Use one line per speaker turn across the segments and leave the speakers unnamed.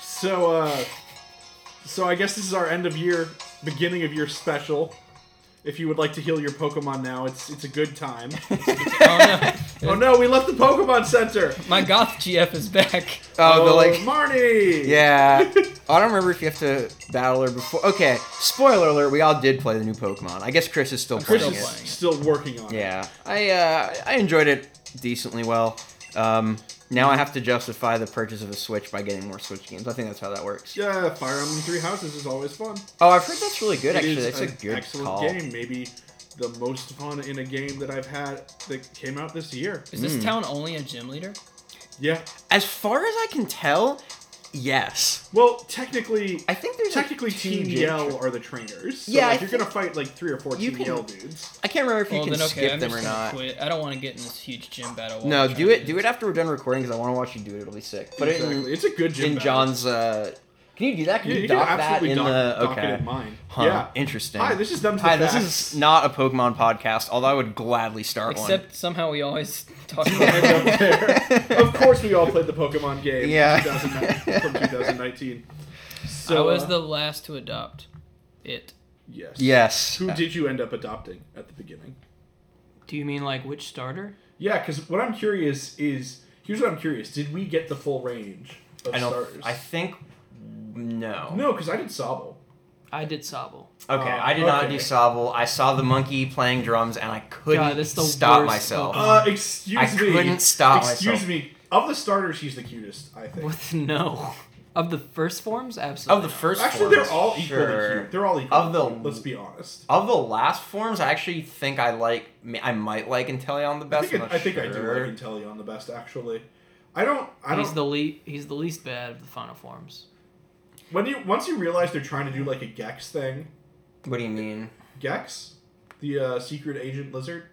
So, uh, so I guess this is our end of year, beginning of year special. If you would like to heal your Pokemon now, it's it's a good time.
Oh
oh no, we left the Pokemon Center.
no, my goth GF is back.
Oh, the like.
Marnie.
Yeah. I don't remember if you have to battle her before. Okay. Spoiler alert: We all did play the new Pokemon. I guess Chris is still
Chris
playing
is
it.
playing it.
still working on it.
Yeah, I uh, I enjoyed it decently well. Um, now I have to justify the purchase of a Switch by getting more Switch games. I think that's how that works.
Yeah, Fire Emblem Three Houses is always fun.
Oh, I've heard that's really good.
It
actually,
is
that's a
an
good
excellent
call.
game. Maybe the most fun in a game that I've had that came out this year.
Is
Hmm.
this town only a gym leader?
Yeah.
As far as I can tell, yes.
Well, technically,
I think there's like,
technically
two
Team
gen-
Yell are the trainers. So
Yeah,
like,
I
you're
think-
gonna fight like three or four
You
Team
can-
Yell dudes.
I can't remember if you
well,
can
then okay,
skip
I'm
them
just
or
gonna
not.
quit. I don't want to get in this huge gym battle. while
No,
we're
do
trying
it.
to
Do it after we're done recording because I want to watch you do it. It'll be sick. Put
Exactly.
it
It's a good
in,
gym.
in
battle.
John's. Uh, can you do that? Can
Yeah,
you,
you can
dock that
absolutely
in
dock,
the
dock
okay?
it in mine.
Huh,
Yeah.
Interesting.
Hi, this is Dumbs
Hi,
the
this
Facts.
is not a Pokemon podcast, although I would gladly start
Except somehow we always talk
End
about
up there. of course, we all played the Pokemon game.
Yeah.
2009 from 2019. So
I was
uh,
the last to adopt it.
yes.
one. Yes.
Who did you end up adopting at the beginning?
Do you mean like which starter?
Yeah, because what I'm curious is here's what I'm curious: Did we get the full range of
I don't.
starters?
I think no.
no, because I did Sobble.
I did Sobble.
Okay,
Uh,
I did not
okay.
do Sobble. I saw the monkey playing drums, and I couldn't
God, that's the
stop
worst
myself.
Pokemon.
Uh, excuse
Um, I
me.
couldn't stop
Excuse
myself.
me. Of the starters, she's the cutest, I think.
What? No. Of the first forms,
Of
absolutely.
the
not.
first,
Actually, they're
forms,
all equally
sure.
cute. They're all equally
Of the-
cute, Let's be honest.
Of the last forms, I actually think I like. I might like Inteleon the
I
best.
think,
I'm
I,
not
I, think I do
sure.
like Inteleon the best, actually. I don't. I don't.
He's the le- He's the least bad of the final forms.
when you once you realize they're trying to do like a Gex thing,
What do you mean?
Gex, the uh, secret agent lizard.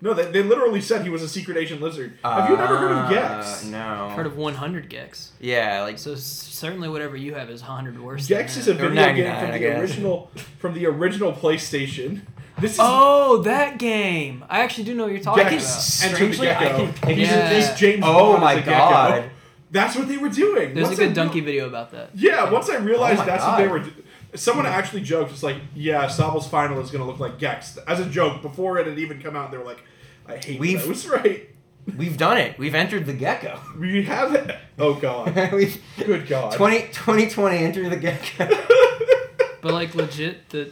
No, they, they literally said he was a secret agent lizard. Have you never heard of Gex?
Uh, No.
Heard of 100 Gex.
Yeah, like
So s- certainly whatever you have is 100 worse.
Gex
than
is a
that.
Or
video game
99,
from
I
the
guess.
original from the original PlayStation. This is
Oh, that game! I actually do know what you're talking about.
Gex and to Oh, the
Strangely, I
Gecko.
can- I
He's,
can-
he's James
Oh
Bond
my
as a
God.
Gecko. That's what they were doing.
There's
Once
a
I
good
real-
donkey video about that.
Yeah, once I realized
Oh my
that's what they
God.
were. do- Someone actually joked, it's like, yeah, Sobble's final is going to look like Gex. As a joke, before it had even come out, they were like, I hate
We've-
those, right?
we've done it. We've entered the gecko.
We have it. Oh, God.
we've
Good God.
20, 2020 enter the gecko.
But like legit, the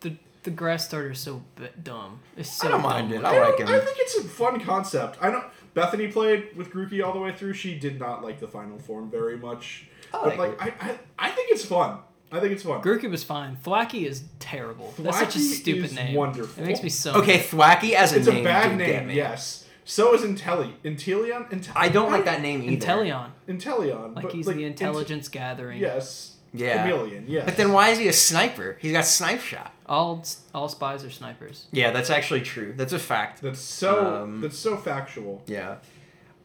the the grass starter is so b- dumb. It's so
I don't mind
dumb.
it.
I,
I like
don't-
him.
I think it's a fun concept. I know Bethany played with Grookey all the way through. She did not like the final form very much.
Oh, I
but
like
like I, I, I think it's fun. I think it's fun.
Grookey was fine. Thwacky is terrible. That's such a
Thwacky
stupid
is
name.
wonderful.
It makes me so
Okay, Thwacky as a
it's
name.
a bad
did get
name,
me.
yes. So is Intelli Inteleon Inte-
I don't like that name either.
Inteleon.
Inteleon.
Like
but,
he's the
Inte-
intelligence gathering.
yes.
Yeah.
Chameleon, yes.
But then why is he a sniper? He's got snipe shot.
All all spies are snipers.
Yeah, that's actually true. That's a fact.
That's so
Um,
that's so factual.
Yeah.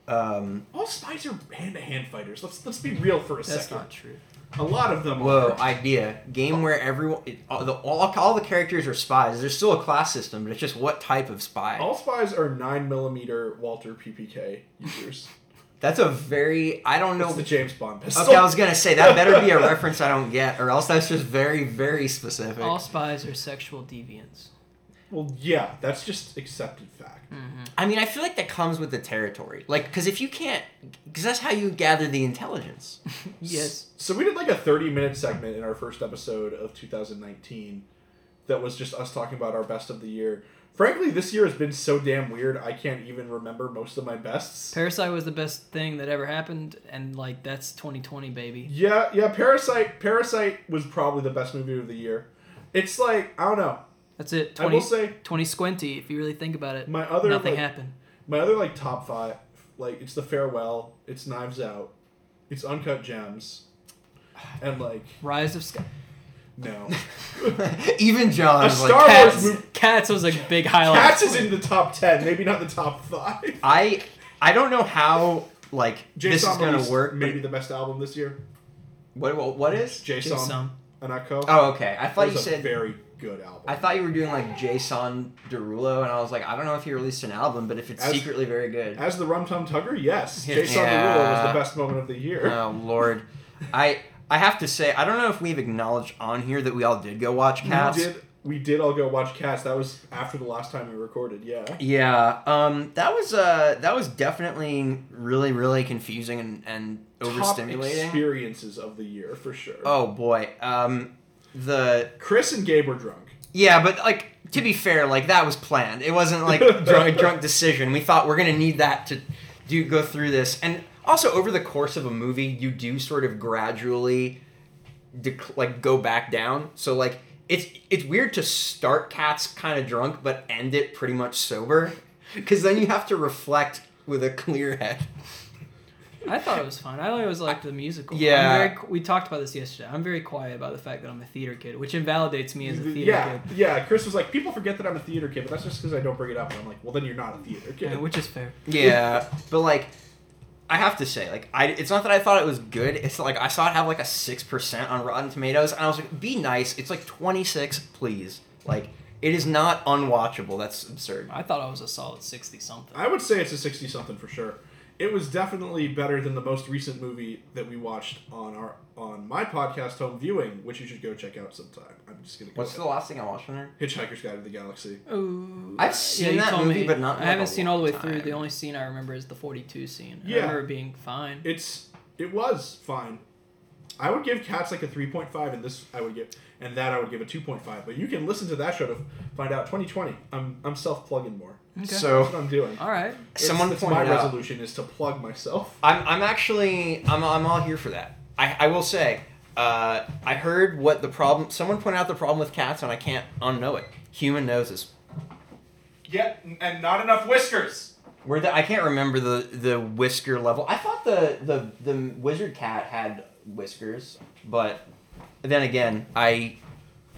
Um,
All spies are hand to hand fighters. Let's let's be real for a
That's
second.
not true.
A lot of them
whoa,
are
idea. Game where everyone, it, all, the, all, all the characters are spies. There's still a class system, but it's just what type of spy.
all spies are nine millimeter Walter PPK users.
That's a very, I don't know.
It's the James Bond pistol.
Okay, I was gonna say that better be a reference I don't get, or else that's just very, very specific.
All spies are sexual deviants.
Well, yeah, that's just accepted fact.
I mean, I feel like that comes with the territory, like because if you can't, because that's how you gather the intelligence.
Yes.
So we did like a 30 minute segment in our first episode of 2019 that was just us talking about our best of the year. Frankly, this year has been so damn weird, I can't even remember most of my bests.
Parasite was the best thing that ever happened, and like that's 2020, baby.
Yeah, yeah, Parasite Parasite was probably the best movie of the year. It's like, I don't know.
That's it.
I
20,
will say-
20 squinty. If you really think about it,
My other,
nothing
like-
happened.
My other like top 5, like it's The Farewell, it's Knives Out, it's Uncut Gems, and like
Rise of Sky.
no.
Even John
A
was like,
Star
"Cats."
Wars movie
Cats was a big highlight.
Cats is in the top ten, maybe not the top five.
I, I don't know how like
Jason
this is gonna work.
Maybe the best album this year.
What, what what is?
Jason
Jason.
Anako.
Oh, okay. I
That
thought
was
you
a
said.
very good album.
I thought you were doing like Jason Derulo, and I was like, I don't know if he released an album, but if it's
As-
secretly very good.
As the Rum Tum Tugger, yes, Jason
Yeah.
Derulo was the best moment of the year.
oh Lord. I I have to say I don't know if we've acknowledged on here that we all did go watch Cats.
We did. We did all go watch Cats. That was after the last time we recorded. Yeah.
Yeah, um, that was uh, that was definitely really really confusing and, and
Top
overstimulating.
experiences of the year for sure.
Oh boy, um, the
Chris and Gabe were drunk.
yeah, but like to be fair, like that was planned. It wasn't like drunk, a drunk decision. We thought we're gonna need that to do go through this, and also over the course of a movie, you do sort of gradually dec- like go back down. So like it's it's weird to start cats kind of drunk but end it pretty much sober because then you have to reflect with a clear head.
I thought it was fun. I always liked the musical.
Yeah.
I'm very, qu- we talked about this yesterday. I'm very quiet about the fact that I'm a theater kid, which invalidates me as a theater
yeah,
kid,
yeah. Chris was like, people forget that I'm a theater kid, but that's just because I don't bring it up. And I'm like, well, then you're not a theater kid.
yeah, which is fair.
Yeah, but like I have to say like I it's not that I thought it was good. It's like I saw it have like a 6% on Rotten Tomatoes and I was like be nice. It's like 26, please. Like it is not unwatchable. That's absurd.
I thought I was a solid sixty something.
I would say it's a sixty something for sure. It was definitely better than the most recent movie that we watched on our on my podcast, Home Viewing, which you should go check out sometime. I'm just gonna. Go
What's the last thing I watched on there?
Hitchhiker's Guide to the Galaxy?
Ooh.
I've seen
you
that
told
movie, but not in,
I
like,
haven't
a
seen all the way
long
through. The
time.
only scene I remember is the forty-two scene.
Yeah.
I remember it being fine.
It's it was fine. I would give Cats like a three point five, and this I would give, and that I would give a two point five. But you can listen to that show to find out. Twenty twenty. I'm I'm self plugging more.
Okay.
So
That's what I'm doing.
all right.
It's-
someone
that's my
pointed out
resolution is to plug myself.
I'm, I'm actually I'm, I'm all here for that. I, I will say uh, I heard what the problem. Someone pointed out the problem with cats, and I can't unknow it. Human noses.
Yeah, and not enough whiskers.
Where the I can't remember the the whisker level. I thought the the the wizard cat had whiskers, but then again, I.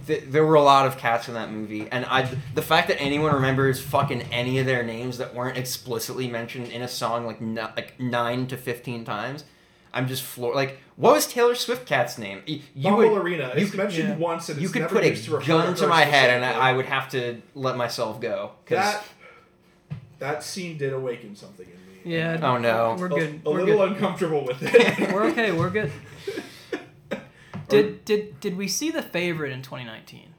Th- there were a lot of cats in that movie, and I the fact that anyone remembers fucking any of their names that weren't explicitly mentioned in a song like n- like nine to fifteen times, I'm just floored. Like, what was Taylor Swift cat's name? Y- You
Bumble
would-
Arena.
you
It's
could-
mentioned
yeah.
once, and
you
it's
could
never
put
used to
a
refer
gun
her
to my head, and
specifically.
I, I would have to let myself go. 'cause-
That that scene did awaken something in me.
Yeah.
Oh, no.
We're
A-
good.
A,
we're
little
good.
uncomfortable with it.
we're okay. We're good. Did did did we see the favorite in 2019?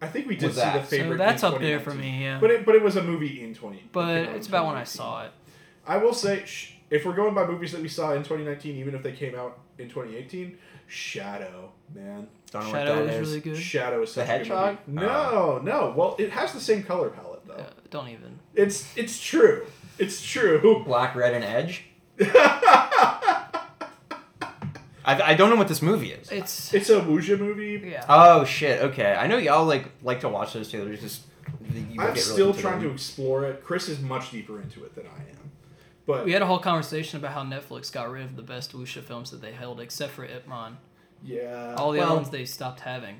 I think we did
Was
see
that.
the favorite.
So that's
in
up there for
2019.
me. Yeah.
But it but it was a movie in twenty. it
But
came out
it's
in
about when I
2019.
saw it.
I will say, sh- if we're going by movies that we saw in 2019, even if they came out in 2018, Shadow, man,
Don't know what
Shadow
that
was
is.
really good.
Shadow is
The
such a good
Hedgehog? Oh.
movie. No, no. Well, it has the same color palette though.
Uh, don't even.
It's it's true. It's true.
Black, red, and edge. I, I don't know what this movie is.
It's
It's a Wuja movie.
yeah.
Oh shit. Okay, I know y'all like like to watch those trailers. Just you get
I'm
really
still
into
trying to
them.
explore it. Chris is much deeper into it than I am. But
We had a whole conversation about how Netflix got rid of the best wuxia films that they held, except for Ip Man.
yeah,
All the
well-
other ones they stopped having.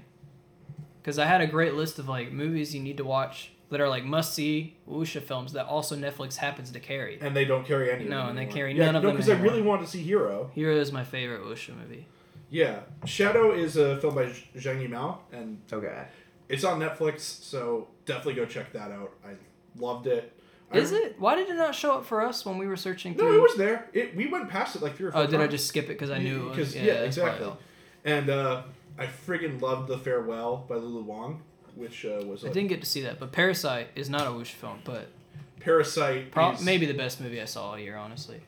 Because I had a great list of like movies you need to watch that are like must see wuxia films that also Netflix happens to carry.
and they don't carry any. of
No,
them
and they
anymore.
carry
yeah,
none of
no,
them
because I
anymore.
really want to see Hero.
Hero is my favorite wuxia movie.
Yeah, Shadow is a film by Zh- Zhang Yimou, and
Okay.
it's on Netflix. So definitely go check that out. I loved it. I-
Is it? Why did it not show up for us when we were searching through?
No, it was there. It we went past it like three or four.
oh, did I
times.
just skip it because I knew it was?
Because-
Yeah,
yeah,
it's probably
exactly.
all.
And uh, I friggin' loved the Farewell by Lulu Wang, which uh, was
I
a
didn't get to see that, but Parasite is not a wuxia film, but
Parasite.
pro-
is-
maybe the best movie I saw all year, honestly.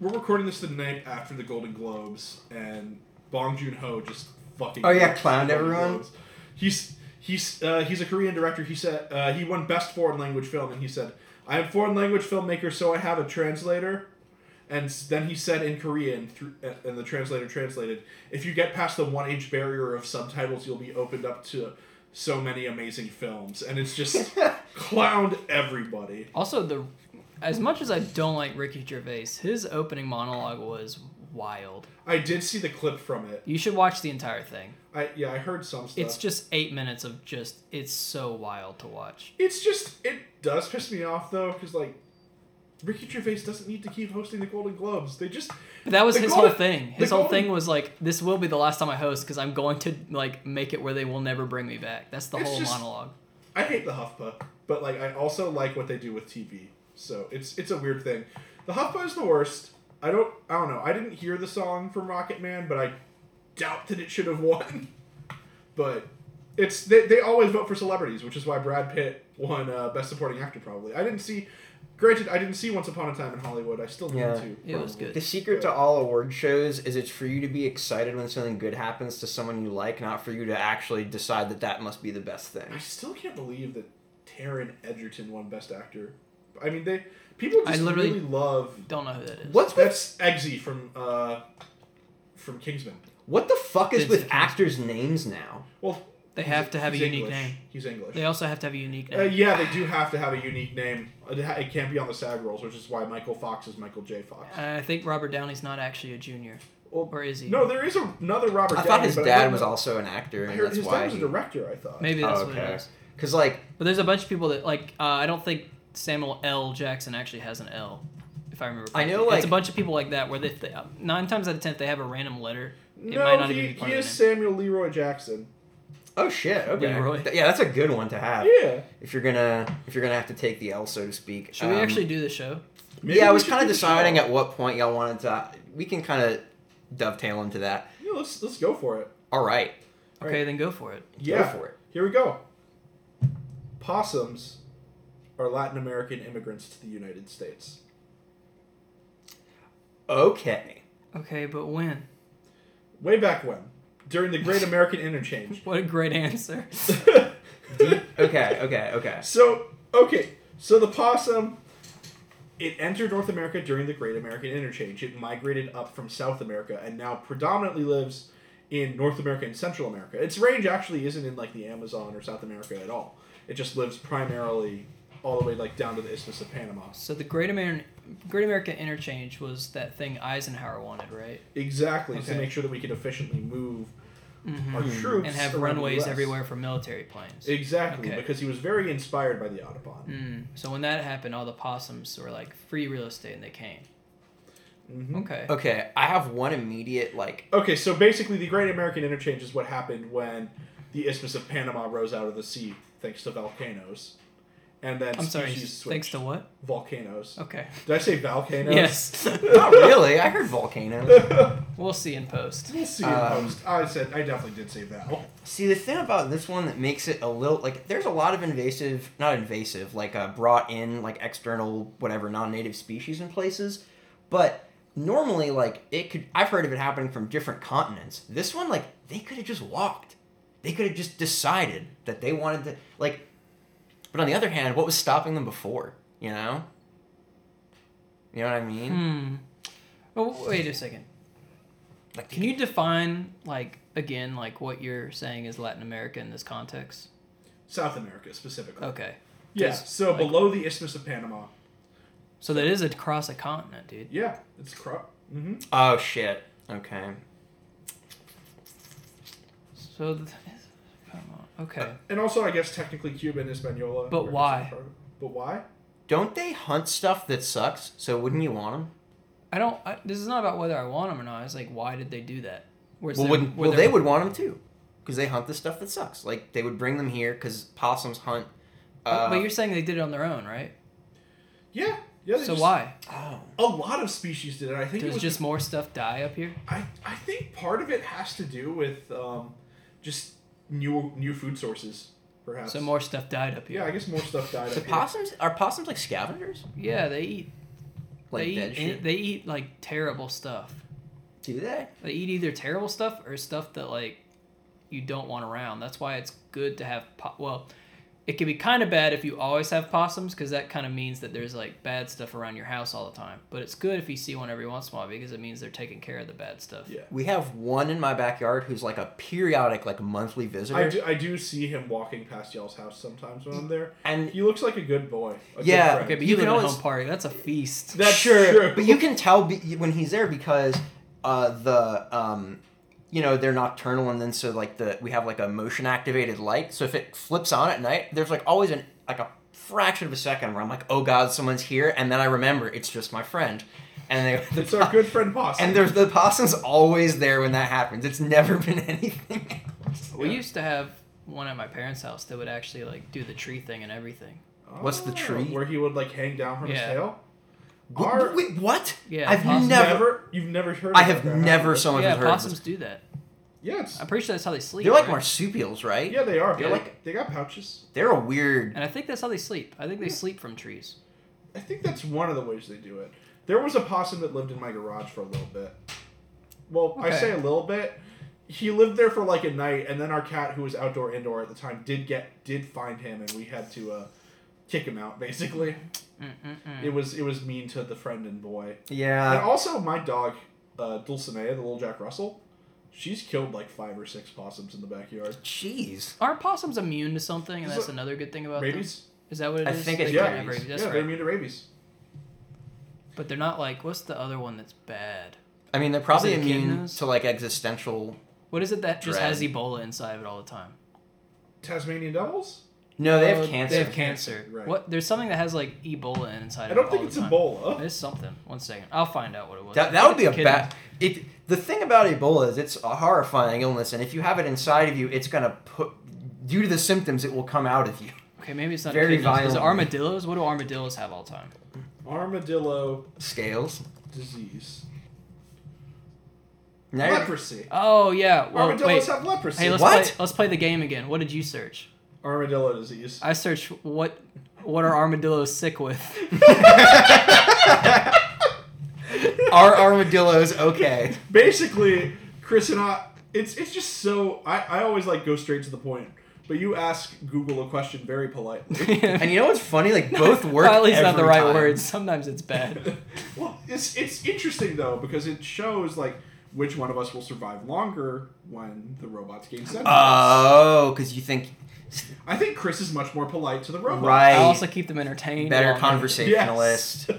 we're recording this the night after the Golden Globes, and Bong Joon Ho just fucking.
Oh, yeah,
crushed
clowned
the Golden
everyone?
Globes. He's he's uh, he's a Korean director. He said uh, he won Best Foreign Language Film, and he said, "I am foreign language filmmaker, so I have a translator." And s- then he said in Korean, through, a- and the translator translated, "If you get past the one age barrier of subtitles, you'll be opened up to." So many amazing films, and it's just clowned everybody.
Also, the as much as I don't like Ricky Gervais, his opening monologue was wild.
I did see the clip from it.
You should watch the entire thing.
I yeah, I heard some stuff.
It's just eight minutes of just it's so wild to watch.
It's just it does piss me off though, because like Ricky Gervais doesn't need to keep hosting the Golden Globes. They just
But that was
The
his
golden-
whole thing.
the
His whole
golden-
thing was like, "This will be the last time I host because I'm going to like make it where they will never bring me back." That's the
It's
whole
just-
monologue.
I hate the HuffPo, but like I also like what they do with TV. So it's it's a weird thing. The HuffPo is the worst. I don't I don't know. I didn't hear the song from Rocket Man, but I doubt that it should have won. But it's they, they always vote for celebrities, which is why Brad Pitt won uh, Best Supporting Actor probably. I didn't see. Granted, I didn't see Once Upon a Time in Hollywood. I still need
Yeah.
to.
It was
probably.
good.
The secret to all award shows is it's for you to be excited when something good happens to someone you like, not for you to actually decide that that must be the best thing.
I still can't believe that Taron Edgerton won Best Actor. I mean, they people
I
just
literally-
really love.
Don't know who that is.
What's with,
That's Eggsy from uh, from Kingsman.
what the fuck is
Vince
with
Vaughn.
actors' names now?
Well,
They
he's-
have to have a
he's
unique
English.
name.
He's English.
They also have to have a unique name.
Uh, yeah, they do have to have a unique name. It, ha- it can't be on the SAG rolls, which is why Michael Fox is Michael J. Fox.
I think Robert Downey's not actually a junior,
Well,
or is he?
no, there is a, another Robert.
I thought
Downey,
his
but
dad
don't
was
know.
also an actor,
I
and
heard
that's
his
why.
dad was a director. I thought.
maybe that's
Oh,
what
okay.
it is.
Because like
But there's a bunch of people that like. Uh, I don't think Samuel L. Jackson actually has an L, if I remember.
I know,
correctly. it's a
like-
bunch of people like that where they, they uh, nine times out of ten if they have a random letter. It
no,
might not
he,
even be part
he
of
is
the name.
Samuel Leroy Jackson.
oh shit, okay,
Leroy.
Th- yeah, that's a good one to have.
Yeah,
If you're gonna if you're gonna have to take the L, so to speak.
Should we
Um,
actually do the show?
Maybe
yeah, I
we
was
should
kind
do
of
the
deciding
show.
at what point y'all wanted to. We can kind of dovetail into that.
Yeah, let's let's go for it.
All right,
Okay, then go for it.
Yeah,
go for it.
here we go. Possums are Latin American immigrants to the United States.
Okay.
Okay, but when?
Way back when, during the Great American Interchange.
What a great answer.
Okay. Okay. Okay.
So, okay. So the possum, it entered North America during the Great American Interchange. It migrated up from South America and now predominantly lives in North America and Central America. Its range actually isn't in like the Amazon or South America at all. It just lives primarily all the way like down to the Isthmus of Panama.
so the Great American Great American Interchange was that thing Eisenhower wanted, right?
Exactly to
Okay. Hmm.
make sure that we could efficiently move
Mm-hmm.
our troops
And have
around the
runways
US.
everywhere for military planes.
Exactly,
Okay.
because he was very inspired by the Audubon.
Mm. So when that happened, all the possums were like free real estate, and they came.
Mm-hmm.
Mhm.
Okay.
Okay. I have one immediate like.
Okay, so basically, the Great American Interchange is what happened when the Isthmus of Panama rose out of the sea thanks to volcanoes, and then
I'm sorry.
species
Thanks
switched.
to what?
volcanoes.
Okay.
Did I say volcanoes?
Yes.
Not really. I heard volcano.
we'll see in post.
we'll see. in
Um,
post. I said I definitely did say val.
See, the thing about this one that makes it a little like there's a lot of invasive, not invasive, like uh, brought in like external whatever non-native species in places, but normally like it could I've heard of it happening from different continents. This one like they could have just walked. They could have just decided that they wanted to like but on the other hand, what was stopping them before, you know? You know what I mean?
Hmm. Oh, wait a second.
Like
Can you define like again like what you're saying is Latin America in this context?
South America specifically.
Okay.
yeah.
Oh, just
So
like-
below the Isthmus of Panama.
So that is across a continent, dude.
Yeah, it's crop. Mm-hmm.
Oh shit. Okay.
So th- come on. Okay.
And also, I guess technically Cuba and Hispaniola.
But
were
why?
part of- But why?
Don't they hunt stuff that sucks? So wouldn't you want them?
I don't. I, this is not about whether I want them or not. It's like why did they do that? Where's
Well,
their-
wouldn't,
were
well they
their-
would want them too, because they hunt the stuff that sucks. Like they would bring them here because possums hunt. Uh,
Oh, but you're saying they did it on their own, right?
Yeah. Yeah. they
So
just-
why?
oh,
A lot of species did it. I think it
Does
was
just more stuff die up here?
I, I think part of it has to do with um, just new new food sources, perhaps.
So more stuff died up
Yeah, I
here.
guess more stuff
Oh,
died.
so
up here.
possums are possums like scavengers?
Yeah, they eat.
Like
they
dead
eat.
shit?
They eat like terrible stuff.
Do they?
They eat either terrible stuff or stuff that like you don't want around. That's why it's good to have po- well, it can be kind of bad if you always have possums because that kind of means that there's like bad stuff around your house all the time. But it's good if you see one every once in a while because it means they're taking care of the bad stuff.
Yeah.
We have one in my backyard who's like a periodic, like monthly visitor,
I do, I do see him walking past y'all's house sometimes when I'm there.
and
He looks like a good boy. a good
Yeah,
friend.
Okay, but
You
you,
can
live in a
always-
home party. That's a feast.
That's
sure,
true.
but you can tell be, when he's there because uh, the um, you know they're nocturnal, and then so like the we have like a motion activated light. So if it flips on at night, there's like always an like a fraction of a second where I'm like, oh god, someone's here, and then I remember it's just my friend, and they
It's our good friend Possum.
and there's the possum's always there when that happens. It's never been anything. else.
We used to have one at my parents' house that would actually like do the tree thing and everything.
what's the
Oh,
tree?
where he would like hang down from
Yeah.
his tail?
Wh-
Our-
wait, what?
Yeah,
I've
possums-
never.
You've never heard.
I
about
have
that,
never
you?
so much
yeah,
as heard. of this.
possums do that.
Yeah, it's
I'm pretty sure that's how they sleep.
They're like
right?
marsupials, right?
yeah they are.
They're
They
like-
they got pouches.
They're a weird.
and I think that's how they sleep. I think they sleep from trees.
I think that's one of the ways they do it. There was a possum that lived in my garage for a little bit. Well, I
Okay.
say a little bit. He lived there for like a night, and then our cat, who was outdoor indoor at the time, did get did find him, and we had to uh, kick him out. Basically,
Mm-mm-mm.
it was it was mean to the friend and boy. and
Uh,
Yeah.
also, my dog uh, Dulcinea, the little Jack Russell, she's killed like five or six possums in the backyard.
Jeez.
Are possums immune to something? And
Is
that's
it-
another good thing about them.
Rabies,
Is that what it
I
is?
think it's
They can't
yeah,
have rabies, That's
yeah,
right.
they're immune to rabies.
But they're not like what's the other one that's bad?
I mean, they're probably
Is it
immune
echidnas?
to like existential.
What is it that just
Dread.
has Ebola inside of it all the time?
Tasmanian devils?
No, they
Uh,
Oh,
have cancer.
They have cancer.
Right.
What? There's something that has like Ebola inside
I
of it.
don't think
all
it's
the time.
Ebola.
It's something. One second, I'll find out what it was.
That,
I
that would
think
be
it's
a bad. It. The thing about Ebola is it's a horrifying illness, and if you have it inside of you, it's gonna put. Due to the symptoms, it will come out of you.
kidneys. Okay, maybe it's not
very
very violent. Is it
violent.
armadillos? What do armadillos have all the time?
Armadillo
Scales.
disease.
Now you're-
Leprosy. Uh,
Oh yeah. Well,
Armadillos
wait.
have leprosy.
Hey, let's
What?
play. Let's play the game again. What did you search?
Armadillo disease.
I searched what. What are armadillos sick with?
Are armadillos okay?
Basically, Chris and I, it's it's just so I, I always like go straight to the point. But you ask Google a question very politely.
And you know what's funny? Like both work.
Well, at least not the
every
right
time.
words. Sometimes it's bad.
well, it's it's interesting though because it shows like which one of us will survive longer when the robots gain sentience.
Oh, because you think
I think Chris is much more polite to the robots.
right
I also keep them entertained.
better
longer.
conversationalist.
Yes.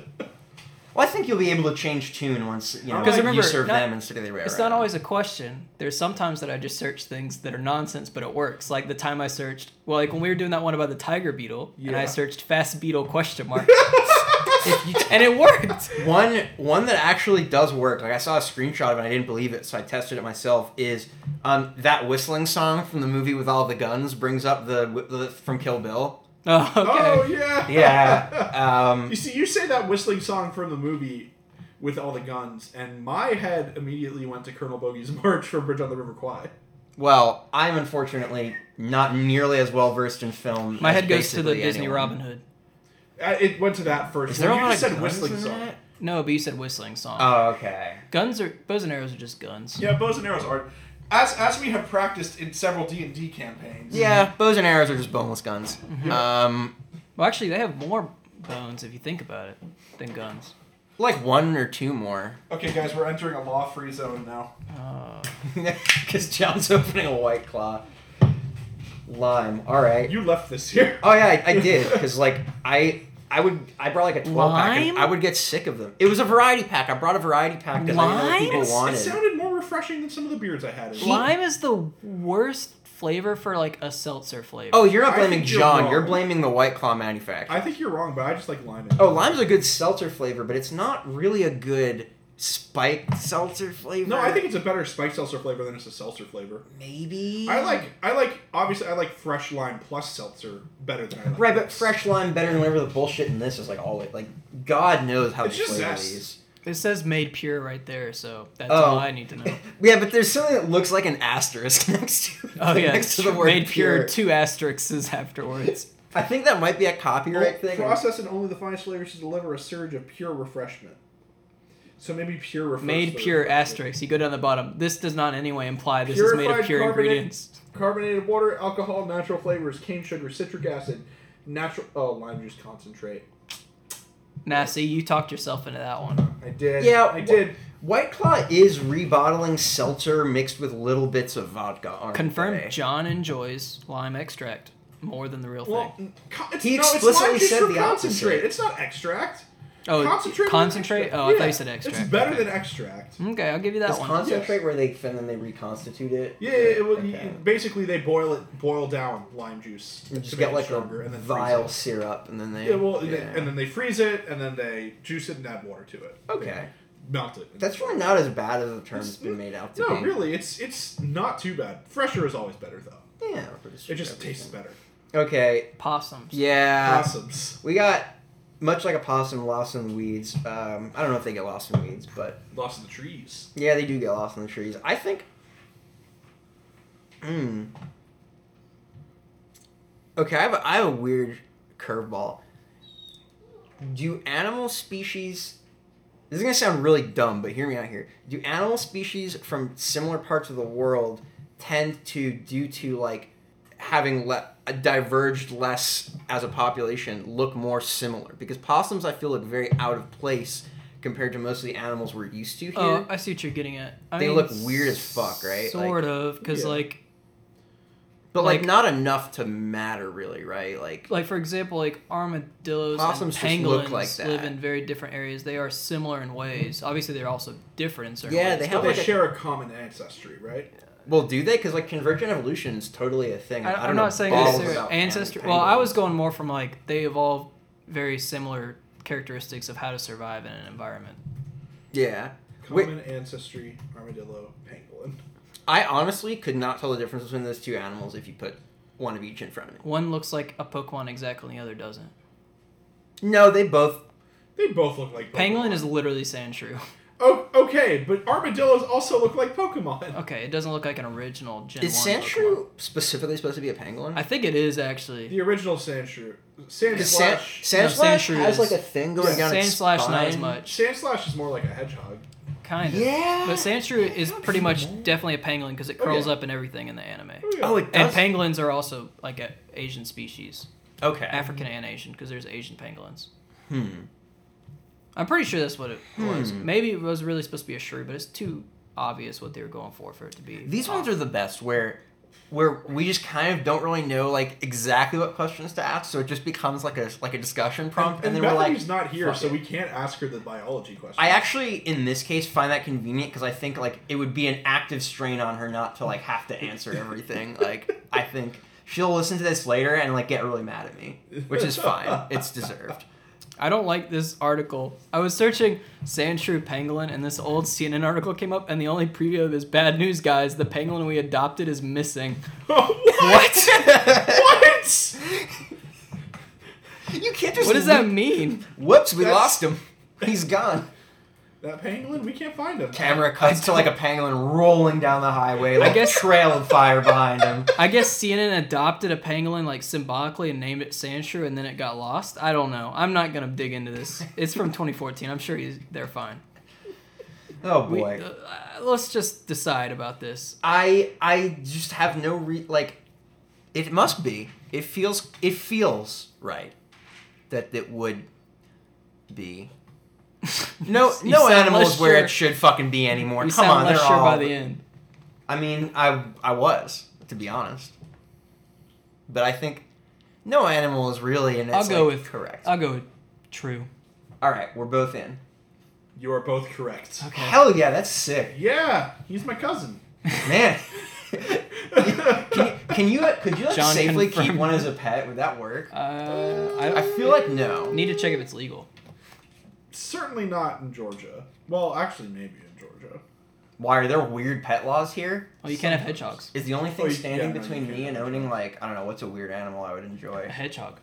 Well, I think you'll be able to change tune once you know
'Cause
remember,
you serve
not-
them instead of the other way
It's
around.
not always a question. There's sometimes that I just search things that are nonsense, but it works. Like the time I searched, well, like when we were doing that one about the tiger beetle, and
Yeah.
I searched fast beetle question mark, If you- and it worked.
one one that actually does work. Like I saw a screenshot of it, and I didn't believe it, so I tested it myself. Is um, that whistling song from the movie with all the guns brings up the, wh- the from Kill Bill?
Oh,
Oh
okay.
yeah.
Yeah. Um,
You see, you say that whistling song from the movie with all the guns, and my head immediately went to Colonel Bogey's March from Bridge on the River Kwai.
well, I'm unfortunately not nearly as well versed in film.
My
as
head goes to the
basically
Disney
anyone.
Robin Hood.
Uh, It went to that first.
Is there
you
a lot
just
of
said
guns
whistling
in
song.
that?
No, but you said whistling song.
Oh, okay.
guns are bows and arrows are just guns.
Yeah, bows and arrows are. As, as we have practiced in several D and D campaigns.
Yeah, bows and arrows are just boneless guns. Um,
Well, actually, they have more bones if you think about it than guns.
like one or two more.
Okay, guys, we're entering a law free zone now.
Uh,
Because John's opening a white claw. Lime. All right.
You left this here.
Oh yeah, I, I did because like I I would I brought like a twelve pack.
Lime?
And I would get sick of them. It was a variety pack. I brought a variety pack because I didn't know what
Lime?
people
It's-
It
wanted.
sounded more refreshing than some of the beards I had. in it.
lime is the worst flavor for like a seltzer flavor.
oh, you're not
I
blaming
think you're
John.
wrong.
You're blaming the White Claw manufacturer.
I think you're wrong, but I just like lime. in it.
oh, lime's a good seltzer flavor, but it's not really a good spiked seltzer flavor.
No, I think it's a better spiked seltzer flavor than it's a seltzer flavor.
maybe
I like, I like, obviously, I like fresh lime plus seltzer better than I like.
right, but
this.
fresh lime better than whatever the bullshit in this is. Like all it like God knows how
It's
they
just
flavor
zest.
these.
It says made pure right there, so that's
Oh.
all I need to know.
Yeah, but there's something that looks like an asterisk next to
Oh yeah,
next to the word
made pure, two asterisks afterwards.
I think that might be a copyright
Well,
thing.
Oh, Process and only the finest flavors to deliver a surge of pure refreshment. So maybe pure refresh.
made pure asterisks. You go down the bottom. This does not in any way imply this is made of
Purified
pure
carbonate-
ingredients.
Carbonated water, alcohol, natural flavors, cane sugar, citric acid, natural. Oh, lime juice concentrate.
Nah, see, you talked yourself into that one.
I did.
Yeah,
I did.
White Claw is rebottling seltzer mixed with little bits of vodka. aren't
Confirmed.
they?
John enjoys lime extract more than the real
Well,
thing.
co- it's,
He
no, it's
explicitly
lime juice
said
from
the opposite.
concentrate. It's not extract.
Oh,
concentrate. is
concentrate?
extract.
Oh, I
Yeah,
thought you said extract.
It's better than extract.
Okay, I'll give you that
Does
one.
concentrate where they and then they reconstitute it?
Yeah, it would,
Okay.
basically they boil it, boil down lime juice
You
to
just
make
get
it
like
stronger,
a
and then freeze
vial
it.
syrup, and then they.
Yeah, well, and,
yeah.
then- and then they freeze it, and then they juice it and add water to it.
okay,
melt it.
that's really not as bad as the term has been made out to
No,
be.
really, it's it's not too bad. Fresher is always better though.
Yeah,
It just tastes better.
Okay,
Possums.
yeah,
Possums
we got much like a possum lost in the weeds. Um, I don't know if they get lost in weeds, but
lost in the trees.
yeah, they do get lost in the trees. I think Mm. Okay, I have a, I have a weird curveball. Do animal species. This is going to sound really dumb, but hear me out here. Do animal species from similar parts of the world tend to, due to like having le- diverged less as a population, look more similar? Because possums, I feel, look very out of place compared to most of the animals we're used to here.
Oh, I see what you're getting at. I
They
mean,
look weird as fuck, right? Like-
Sort of, because
Yeah.
like
But like,
Like-
not enough to matter, really, right? Like,
like for example, like armadillos
Possums just
and
look
pangolins
like that.
live in very different areas. They are similar in ways. Obviously, they're also different in certain
Yeah,
ways.
they
But
have
they
like. A,
share a common ancestry, right?
well, do they? Because like convergent evolution is totally a thing.
I,
I,
I'm
don't know.
not saying
balls
necessarily
about
ancestry.
pang-
Well, I
penguins.
was going more from like they evolved very similar characteristics of how to survive in an environment.
Yeah. Wait.
Common ancestry, armadillo, pangolin.
I honestly could not tell the difference between those two animals if you put one of each in front of me.
One looks like a Pokemon exactly, and the other doesn't.
No, they both.
They both look like Pokemon.
Pangolin is literally Sandshrew.
Oh, okay, but armadillos also look like Pokemon.
Okay, it doesn't look like an original Gen
Is
1 Pokemon.
Sandshrew specifically supposed to be a penguin?
I think it is actually.
The original Sandshrew,
Because San-
Sandslash,
Sandslash
No, Sandshrew
has
is-
like a thing going down its
Sandslash not as
spine.
much.
Sandslash is more like a hedgehog.
Kind of.
Yeah.
But Sandshrew is pretty much definitely a pangolin because it
Oh,
curls
yeah.
up and everything in the anime.
Oh, yeah.
Oh, it
And
does.
pangolins are also like a Asian species,
okay.
African and Asian, because there's Asian pangolins.
hmm.
I'm pretty sure that's what it was.
Hmm.
Maybe it was really supposed to be a shrew, but it's too obvious what they were going for for it to be.
These ones are the best where where we just kind of don't really know like exactly what questions to ask, so it just becomes like a like a discussion prompt,
Um,
and,
and
then we're like,
Bethany's not here,
fuck
so
it.
we can't ask her the biology question.
I actually, in this case, find that convenient because I think like it would be an active strain on her not to like have to answer everything. like I think she'll listen to this later and like get really mad at me, which is fine. it's deserved.
I don't like this article. I was searching Sandshrew Pangolin, and this old CNN article came up, and the only preview of is bad news, guys. The pangolin we adopted is missing.
What? what? you can't just.
What does that
leave-
mean?
Whoops! We
That's-
lost him. He's gone.
that pangolin, we can't find him.
Camera cuts to like a pangolin rolling down the highway, like
guess-
trail of fire behind him.
I guess CNN adopted a pangolin like symbolically and named it Sandshrew, and then it got lost. I don't know. I'm not gonna dig into this. It's from 2014. I'm sure he's, they're fine.
Oh
We,
boy.
uh, let's just decide about this.
I I just have no re like it must be. It feels it feels right that it would be. No
You
no
sound
animal
less
is where
sure.
it should fucking be anymore.
We
Come
sound
on,
less
they're
sure
all
by the end.
I mean, I I was, to be honest. But I think no animal is really and it's
I'll go
like,
with-
correct.
I'll go with true.
all right, we're both in.
You are both correct.
Okay.
Hell yeah, that's sick.
Yeah, he's my cousin.
Man. can, you, can you could you like
John
safely keep
confirmed.
one as a pet? Would that work?
Uh, I,
I feel like no.
need to check if it's legal.
Certainly not in Georgia. Well, actually, maybe in Georgia.
Oh, Why are there weird pet laws here?
Oh, you can't have hedgehogs.
Is the only
Oh,
thing
you-
standing
yeah, no,
between
you can't.
me and owning like I don't know what's a weird animal I would
A
enjoy?
hedgehog.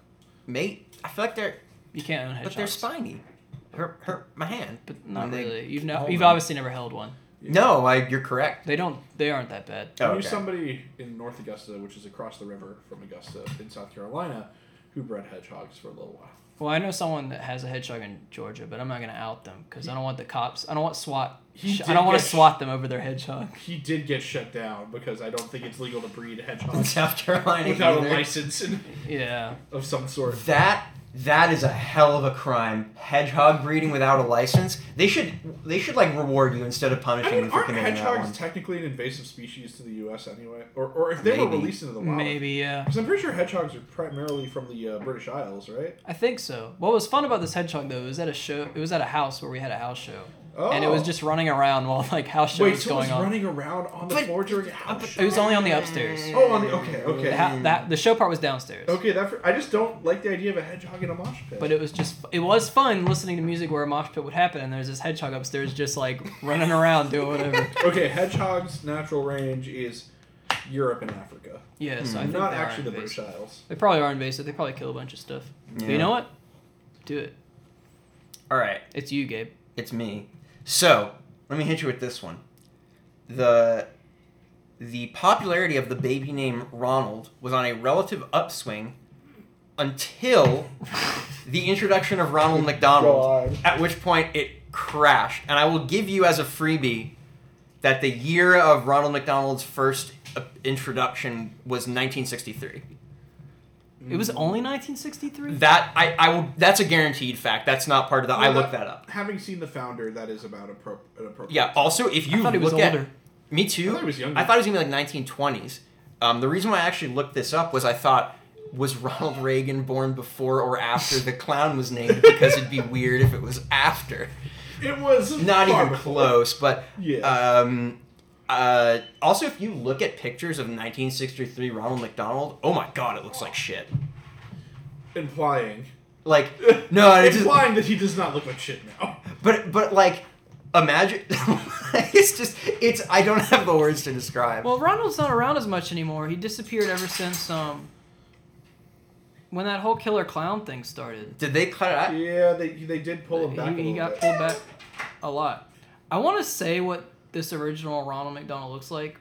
Mate, I feel like they're
You can't own
but they're
hedgehogs.
spiny. Hurt hurt my hand.
But not
when they
really. You've
hold
not, You've
them.
obviously never held one.
No, I you're correct.
They don't. They aren't that bad.
Oh,
I knew
okay.
somebody in North Augusta, which is across the river from Augusta in South Carolina, who bred hedgehogs for a little while.
Well, I know someone that has a hedgehog in Georgia, but I'm not gonna out them because I don't want the cops. I don't want SWAT.
He
sh- I
did
don't want to
get sh-
SWAT them over their hedgehog.
He did get shut down because I don't think it's legal to breed
in
hedgehogs
South Carolina.
without a
either.
license in-
Yeah.
of some sort.
That that is a hell of a crime. Hedgehog breeding without a license. They should they should like reward you instead of punishing
I mean,
you for
aren't
committing that
hedgehogs
one.
technically an invasive species to the U.S. anyway? Or, or if they were
Maybe.
released into the wild?
Maybe. Yeah.
Because I'm pretty sure hedgehogs are primarily from the uh, British Isles, right?
I think so. What was fun about this hedgehog though was at a show. It was at a house where we had a house show,
Oh.
and it was just running around while like house show
Wait,
was
so it was
going on.
running around on the
But-
floor during a house
It
show?
was only on the upstairs.
Oh, on the okay, okay,
The, ha- that the show part was downstairs.
okay. That fr- I just don't like the idea of a hedgehog in a mosh pit.
But it was just it was fun listening to music where a mosh pit would happen, and there's this hedgehog upstairs just like running around doing whatever.
okay, hedgehogs' natural range is Europe and Africa,
Yeah, so I think
Hmm. not
they are
actually the
invasive.
British Isles.
They probably are invasive. They probably kill a bunch of stuff. But
Yeah.
you know what? Do it.
All right.
It's you, Gabe.
It's me. So let me hit you with this one. The the popularity of the baby name Ronald was on a relative upswing until the introduction of Ronald McDonald,
God.
at which point it crashed. And I will give you as a freebie that the year of Ronald McDonald's first uh, introduction was 1963.
It was only 1963.
That I, I will that's a guaranteed fact. That's not part of the I
Well,
looked that up.
Having seen the founder, that is about appro- an appropriate.
Yeah, also if you
I thought he was
look at-
older.
Me too.
I thought he was younger.
I thought he was gonna be like 1920s. Um, the reason why I actually looked this up was I thought was Ronald Reagan born before or after the clown was named because it'd be weird if it was after.
It was
Not
far
even
before.
close, but
Yeah.
um, uh, also if you look at pictures of 1963 Ronald McDonald, oh my god, it looks like shit.
Implying.
Like no, it's just,
implying that he does not look like shit now.
but but like imagine it's just it's I don't have the words to describe.
Well, Ronald's not around as much anymore. He disappeared ever since um when that whole killer clown thing started.
Did they cut it? out?
Yeah, they they did pull him
He-
back. a
He,
little
got
bit.
pulled back a lot. I want to say what this original Ronald McDonald looks like,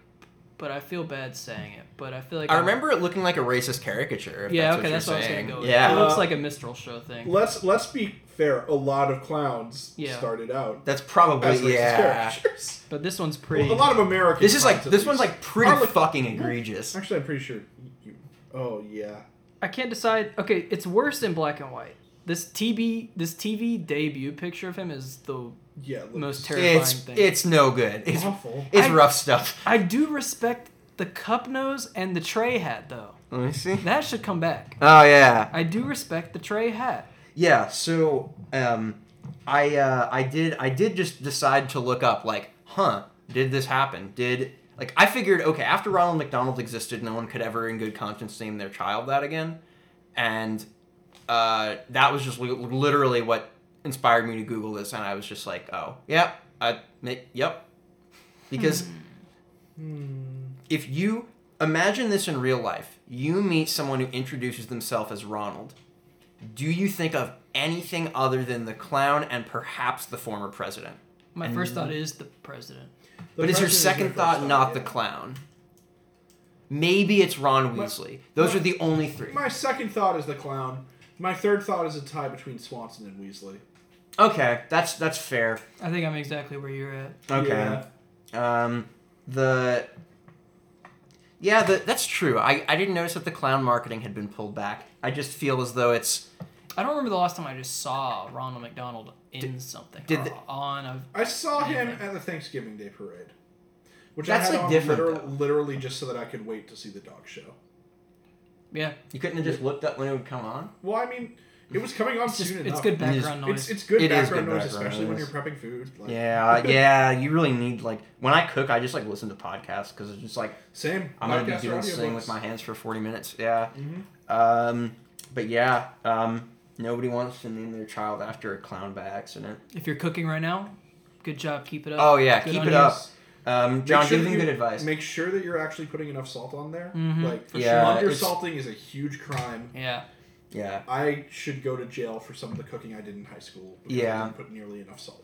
but I feel bad saying it. But I feel like
I
I'm-
remember it looking like a racist caricature. If
Yeah,
that's
okay,
what
that's
you're
what I was
saying.
gonna go. With.
Yeah,
it looks
Uh,
like a minstrel show thing.
Let's let's be fair. A lot of clowns
Yeah.
started out
that's probably
as racist
yeah.
characters.
But this one's pretty.
Well, a lot of Americans.
This is like this one's like pretty
Or like-
fucking egregious.
Actually, I'm pretty sure. You, oh yeah.
I can't decide. Okay, it's worse in black and white. This TV, this TV debut picture of him is the
Yeah. look,
most terrifying
It's
thing.
it's no good. It's
awful.
it's
I-
rough stuff.
I do respect the cup nose and the tray hat though.
Let me see.
That should come back.
Oh yeah,
I do respect the tray hat.
yeah. So um, I uh, I did I did just decide to look up like, huh, did this happen? Did like I figured okay after Ronald McDonald existed, no one could ever in good conscience name their child that again, and uh, that was just li- literally what inspired me to Google this, and I was just like, oh, yep, I, ma- yep, because if you imagine this in real life, you meet someone who introduces themselves as Ronald. Do you think of anything other than the clown and perhaps the former president?
My
And-
first thought is the president.
The
but is your
president
second
first
thought not
yeah.
the clown? Maybe it's Ron
My-
Weasley. Those
my-
are the only three.
My second thought is the clown. My third thought is a tie between Swanson and Weasley.
Okay, that's that's fair.
I think I'm exactly where you're at.
Okay.
Yeah.
Um, the yeah, the, that's true. I, I didn't notice that the clown marketing had been pulled back. I just feel as though it's
I don't remember the last time I just saw Ronald McDonald in something.
did
or
the-
on a
I saw him at the Thanksgiving Day parade, which
That's,
I had
like,
on
different,
literal-
though.
literally just so that I could wait to see the dog show.
yeah.
you couldn't have just looked up when it would come on.
Well, I mean, it was coming on
It's just
soon
it's
enough.
good
It is-
background noise.
It's it's good
It is
background
good
noise,
background
especially when you're
noise.
prepping food. Like,
Yeah, yeah. You really need like when I cook, I just like listen to podcasts because it's just like
Same.
I'm gonna
podcast
be
or
doing this thing with
audiobooks.
my hands for 40 minutes. Yeah.
Mhm.
Um, but yeah, um, nobody wants to name their child after a clown by accident.
if you're cooking right now, good job. Keep it up.
Oh yeah,
Good
keep
on
it
you.
up. Um,
Make
John,
sure
give
that
them
you-
good advice.
Make sure that you're actually putting enough salt on there.
Mhm,
like,
for
Yeah,
under
it's-
salting is a huge crime.
Yeah.
yeah,
I should go to jail for some of the cooking I did in high school. because
Yeah.
I didn't put nearly enough salt.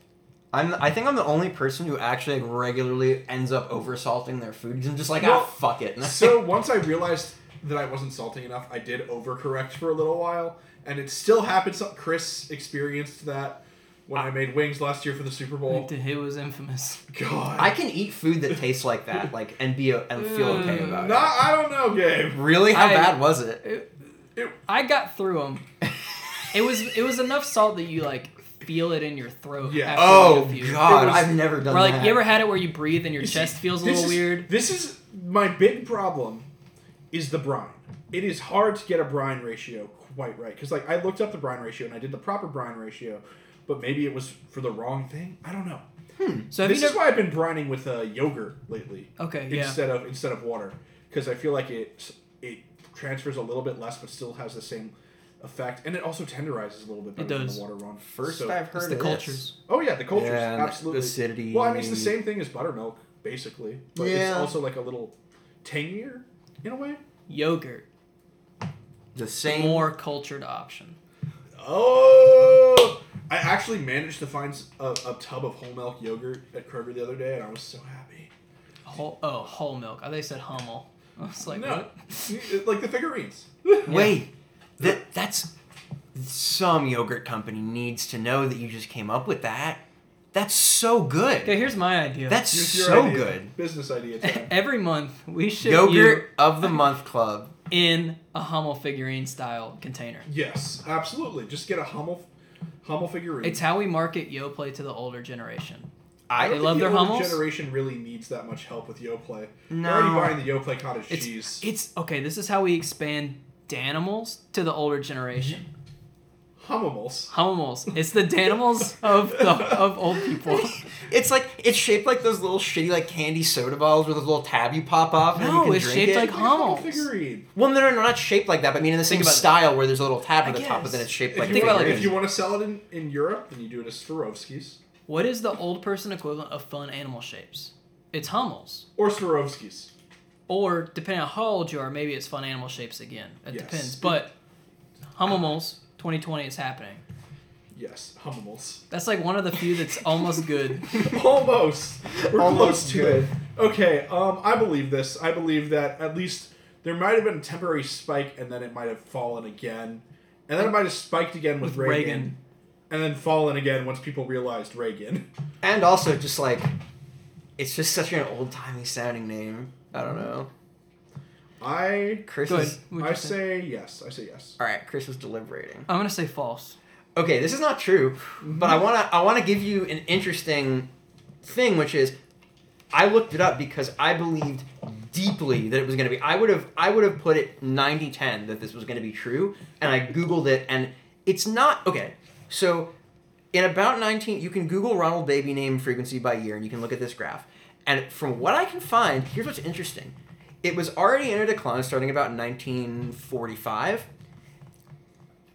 I'm. I think I'm the only person who actually like, regularly ends up oversalting their food and just like
Well,
ah fuck it.
so once I realized that I wasn't salting enough, I did overcorrect for a little while, and it still happened. So Chris experienced that when I made wings last year for the Super Bowl.
It was infamous.
God,
I can eat food that tastes like that, like and be o- and feel okay about
Nah, I don't know,
it.
Gabe.
Really, how
I-
bad was it?
I got through them. it was it was enough salt that you like feel it in your throat.
Yeah.
After
Oh
like, a few.
god,
It was-
I've never done
Or like
that.
you ever had it where you breathe and your
You see,
chest feels a
this
little
is-
weird.
This is my big problem. Is the brine? It is hard to get a brine ratio quite right because like I looked up the brine ratio and I did the proper brine ratio, but maybe it was for the wrong thing. I don't know.
So have
this
you
is
never?
why I've been brining with uh, yogurt lately.
Okay. Yeah.
instead of instead of water because I feel like it it transfers a little bit less but still has the same effect and it also tenderizes a little bit
It
better than
does.
the water one.
First
so,
I've
It's
heard of
the
this.
cultures.
oh yeah, the cultures
Yeah, and the
absolutely
acidity.
Well, I mean it's the same thing as buttermilk basically, but
Yeah.
it's also like a little tangier in a way.
Yogurt.
The same.
More cultured option.
Oh. I actually managed to find s- a, a tub of whole milk yogurt at Kroger the other day, and I was so happy.
Whole, oh, whole milk. I they said Hummel. I was like,
no,
what?
like the figurines.
Wait, that that's some yogurt company needs to know that you just came up with that. That's so
Okay,
good.
here's my idea.
That's
Here's your
so
idea.
good.
business idea. Time.
every month we ship
Yogurt of the month club.
you in a Hummel figurine style container.
yes, absolutely. Just get a Hummel, Hummel figurine.
It's how we market YoPlay to the older generation.
I
They
don't
I
think
love
the
their
older
Hummels?
Generation really needs that much help with YoPlay.
No.
They're already buying the YoPlay cottage
It's
cheese.
it's okay. This is how we expand Danimals to the older generation.
Hummels.
Hummels. It's the Danimals of the, of old people.
it's like it's shaped like those little shitty like candy soda bottles with a little tab you pop off and you
No,
can
it's
drink
shaped
it.
like Hummels.
figurine.
well, no, no, no, not shaped like that. But I mean, in the same
Think about-
style where there's a little tab
I
at the top,
guess.
but then it's shaped
If,
like a
you,
think about, like,
if
figurine.
you want to sell it in, in Europe, then you do it as Swarovskis
What is the old person equivalent of fun animal shapes? It's Hummels.
or Swarovskis.
Or depending on how old you are, maybe it's fun animal shapes again. It
Yes.
depends. But Hummels 2020 is happening.
Yes, Hummels.
That's like one of the few that's almost good.
Almost. We're
Almost
close to it. Okay, um, I believe this. I believe that at least there might have been a temporary spike and then it might have fallen again. And then it might have spiked again with,
With
Reagan,
Reagan.
And then fallen again once people realized Reagan.
And also, just like, it's just such an old timey sounding name. I don't know.
I
Chris
Go
is.
ahead. What'd
I
you say?
say yes. I say yes.
All right, Chris is deliberating.
I'm gonna say false.
Okay, this is not true, but I wanna I wanna give you an interesting thing, which is, I looked it up because I believed deeply that it was gonna be. I would have I would have put it 90-10 that this was gonna be true, and I googled it, and it's not okay. So in about 19 you can google ronald baby name frequency by year and you can look at this graph and from what i can find here's what's interesting it was already in a decline starting about 1945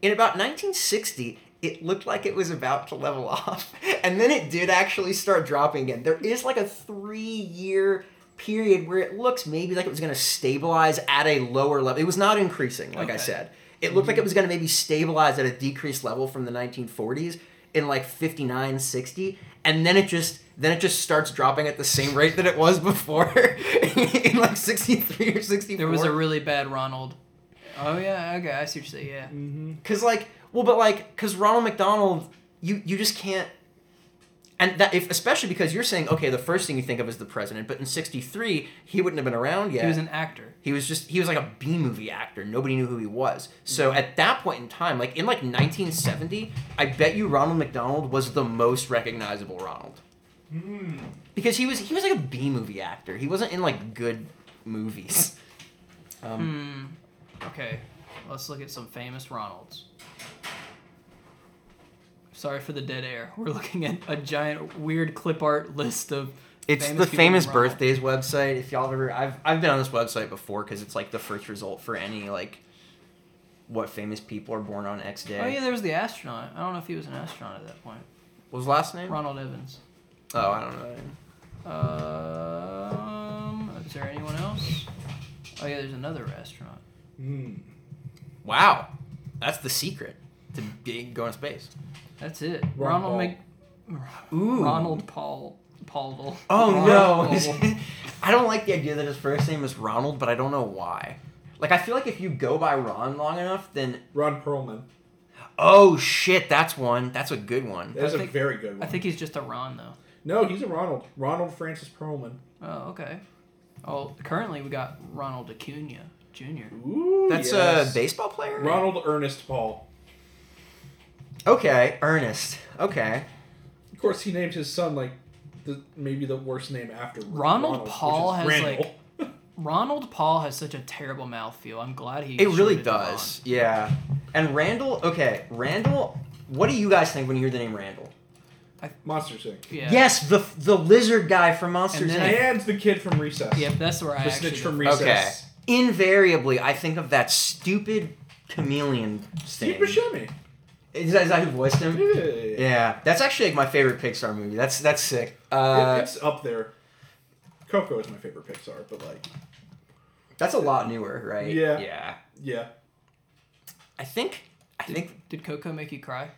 in about 1960 it looked like it was about to level off and then it did actually start dropping again there is like a three year period where it looks maybe like it was going to stabilize at a lower level it was not increasing like i
Okay.
said it looked like it was going to maybe stabilize at a decreased level from the 1940s in like 59 60 and then it just then it just starts dropping at the same rate that it was before in like 63 or 64
There was a really bad Ronald. Oh yeah, okay, I see what you're saying. Yeah,
Mm-hmm.
Cause like, well, but like, cause Ronald McDonald, you you just can't. And that if especially because you're saying okay, the first thing you think of is the president, but in '63 he wouldn't have been around yet.
he was an actor.
He was just he was like a B movie actor. Nobody knew who he was.
Mm-hmm.
So at that point in time, like in like 1970, I bet you Ronald McDonald was the most recognizable Ronald.
Hmm.
Because he was he was like a B movie actor. He wasn't in like good movies. Um,
Hmm. Okay, let's look at some famous Ronalds. Sorry for the dead air. We're looking at a giant weird clip art list of. oh
It's
famous
the
people
famous
named Ronald.
birthdays website. If y'all ever, I've I've been on this website before because it's like the first result for any like what famous people are born on X day.
Oh yeah, there was the astronaut. I don't know if he was an astronaut at that point.
What was the last name?
Ronald Evans.
Oh, I don't know.
Um, is there anyone else? Oh yeah, there's another astronaut.
Hmm.
Wow, that's the secret to being going to space.
That's it.
Ron
Ronald Mc.
Ooh.
Ronald Paul. Paul.
Oh
Ronald Paul.
no! I don't like the idea that his first name is Ronald, but I don't know why. Like I feel like if you go by Ron long enough, then
Ron Perlman.
oh shit, that's one. That's a good one.
That is a
think-
very good one.
I think he's just a Ron though.
no, he's a Ronald. Ronald Francis Perlman.
Oh okay. Oh, currently we got Ronald Acuna Jr.
Ooh,
That's
yes.
a baseball player.
Ronald Ernest Paul.
Okay, Ernest. Okay.
Of course, he named his son like the maybe the worst name after
Ronald
which
Paul
is
has,
Randall.
like- Ronald Paul has such a terrible mouthfeel. I'm glad he.
It really
shorted him on.
does. Yeah. And Randall, okay, Randall, what do you guys think when you hear the name Randall?
Monster Sing.
Yeah.
Yes, the the lizard guy from Monsters
And then-
Inc.
And the kid from Recess.
Yep, that's where I
The
actually.
snitch from
Okay.
Recess.
Invariably, I think of that stupid chameleon
Steve
thing.
Buscemi.
Is that, is that who voiced him?
Yeah.
Yeah, that's actually like my favorite Pixar movie. That's that's sick.
It-
Uh,
it's up there. Coco is my favorite Pixar, but like,
that's a lot newer, right?
Yeah.
Yeah.
yeah.
I think I think
Did Coco make you cry?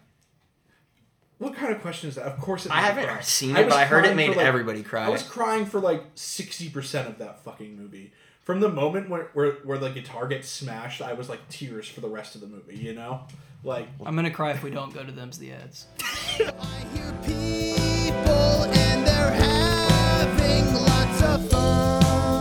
What kind of question is that? Of course, it
I
made me
haven't
cry.
seen
I
it,
was
but I heard it
crying
made
for, like-
everybody cry.
I was crying for like sixty percent of that fucking movie. From the moment where, where where the guitar gets smashed, I was like tears for the rest of the movie. You know, like
I'm gonna cry if we don't go to them's the ads.
I hear people and they're having lots of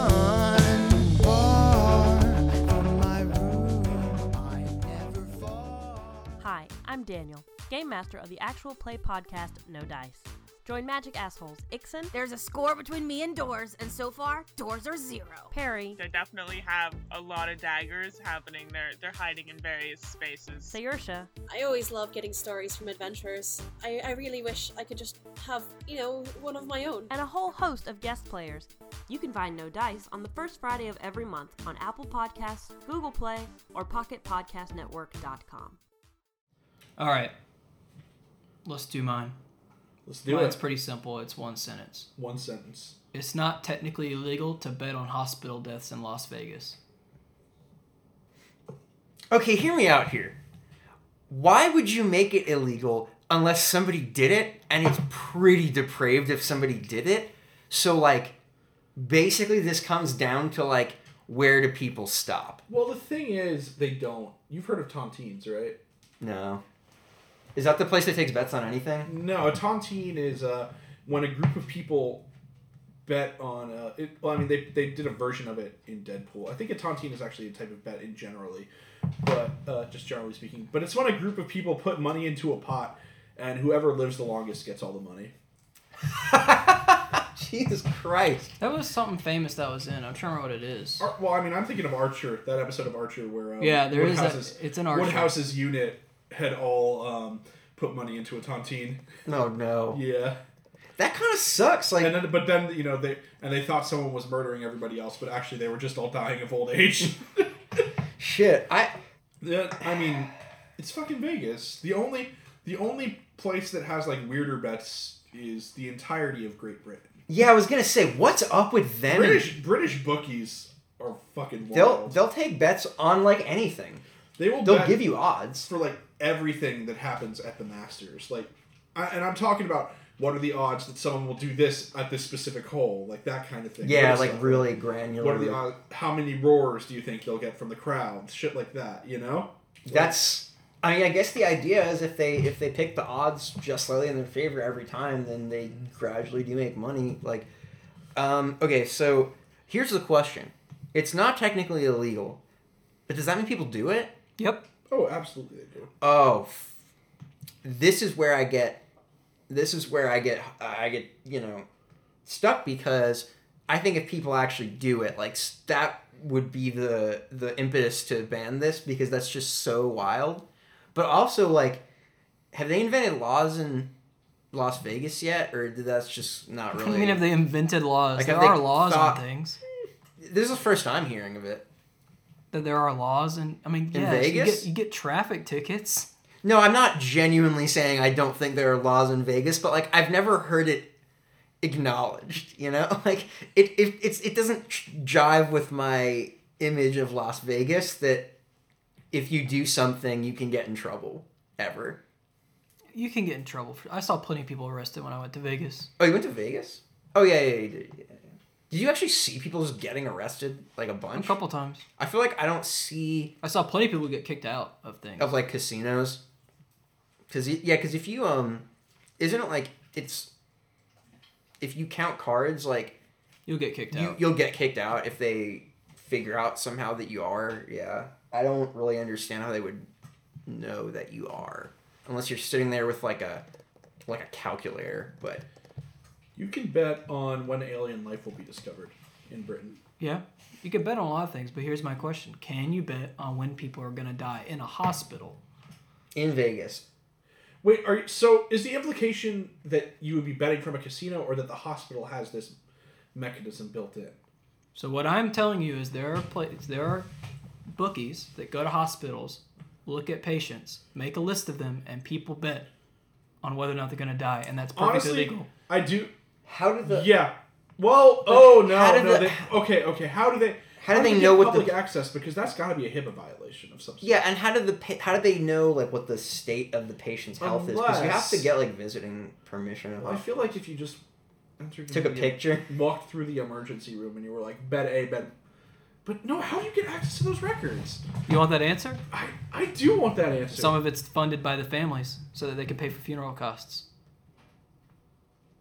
fun. Far from my room, I'm never far.
Hi, I'm Daniel, game master of the actual play podcast No Dice. Join Magic Assholes Ixen,
There's a score between me and Doors, and so far, Doors are zero.
Perry,
They definitely have a lot of daggers happening. They're they're hiding in various spaces.
Sayersha,
I always love getting stories from adventurers. I, I really wish I could just have, you know, one of my own.
and a whole host of guest players. You can find No Dice on the first Friday of every month on Apple Podcasts, Google Play, or PocketPodcastNetwork.com.
All right, let's do mine.
let's do
Mine's
it.
pretty simple. It's one sentence.
One sentence.
It's not technically illegal to bet on hospital deaths in Las Vegas.
Okay, hear me out here. Why would you make it illegal unless somebody did it? And it's pretty depraved if somebody did it. So, like, basically, this comes down to, like, where do people stop?
Well, the thing is, they don't. You've heard of tontines, right?
No. Is that the place that takes bets on anything?
No, a tontine is uh, when a group of people bet on. Uh, it, well, I mean, they, they did a version of it in Deadpool. I think a tontine is actually a type of bet in generally, but uh, just generally speaking. But it's when a group of people put money into a pot, and whoever lives the longest gets all the money.
Jesus Christ.
That was something famous that was in. I'm trying to remember what it is.
Ar- well, I mean, I'm thinking of Archer, that episode of Archer where um,
Yeah, there is that-
Woodhouse's-
it's in Archer.
Woodhouse's unit had all um, put money into a tontine.
No, Oh, no.
Yeah.
That kind of sucks. Like,
and then but then you know they and they thought someone was murdering everybody else but actually they were just all dying of old age
shit. I.
yeah, i mean it's fucking vegas the only the only place that has like weirder bets is the entirety of great britain
Yeah, I was gonna say, what's up with them?
british british bookies are fucking
They'll
wild.
they'll take bets on like anything.
they will
They'll
bet
give you odds.
for like everything that happens at the masters like I, and i'm talking about what are the odds that someone will do this at this specific hole like that kind of thing
Yeah,
What is
like
that?
really granular.
What are the odds? How many roars do you think they'll get from the crowd? Shit like that, you know.
That's. I mean, I guess the idea is if they if they pick the odds just slightly in their favor every time, then they gradually do make money. Like, um, okay, so here's the question: It's not technically illegal, but does that mean people do it?
Yep.
Oh, absolutely they do.
Oh, f- this is where I get. This is where I get. I get you know, stuck because I think if people actually do it, like s- that would be the the impetus to ban this because that's just so wild. But also, like, have they invented laws in Las Vegas yet, or did that's just not
I
really?
mean, if they invented laws,
Like,
there
have they
are laws
thought-
on things.
this is the first I'm hearing of it.
That there are laws, and I mean, yes, you
Vegas?
get you get traffic tickets.
No, I'm not genuinely saying I don't think there are laws in Vegas, but like I've never heard it acknowledged. You know, like it it it's, it doesn't jive with my image of Las Vegas that if you do something you can get in trouble ever.
You can get in trouble. For, I saw plenty of people arrested when I went to Vegas.
Oh, you went to Vegas? Oh yeah, yeah, yeah. You did. yeah, yeah. Did you actually see people just getting arrested like a
A
bunch?
couple times,
I feel like I don't see
I saw plenty of people get kicked out of things.
of like casinos. Cause y- yeah, cause if you um, isn't it like it's if you count cards like
You'll get kicked
you
out.
you'll get kicked out if they figure out somehow that you are. Yeah, I don't really understand how they would know that you are unless you're sitting there with like a like a calculator. But
You can bet on when alien life will be discovered in Britain.
Yeah, you can bet on a lot of things, but here's my question: Can you bet on when people are gonna die in a hospital?
in Vegas,
Wait, are you, so is the implication that you would be betting from a casino or that the hospital has this mechanism built in?
So what I'm telling you is there are places, there are bookies that go to hospitals, look at patients, make a list of them, and people bet on whether or not they're going to die, and that's perfectly
Honestly,
legal.
I do.
how did the
Yeah. Well, oh no,
how did
no.
the-
they, okay, okay. How do they?
how How do they
you
know
get
what
public
the
access? Because that's got to be a HIPAA violation of some sort.
yeah, and how did the pa- how did they know like what the state of the patient's health is? Because you have to
Unless-
get like visiting permission. or,
Well, I
Like,
feel like if you just entered
took a
the-
picture.
walked through the emergency room, and you were like bed A, bed. But no, how do you get access to those records?
You want that answer?
I I do want that answer.
Some of it's funded by the families so that they can pay for funeral costs.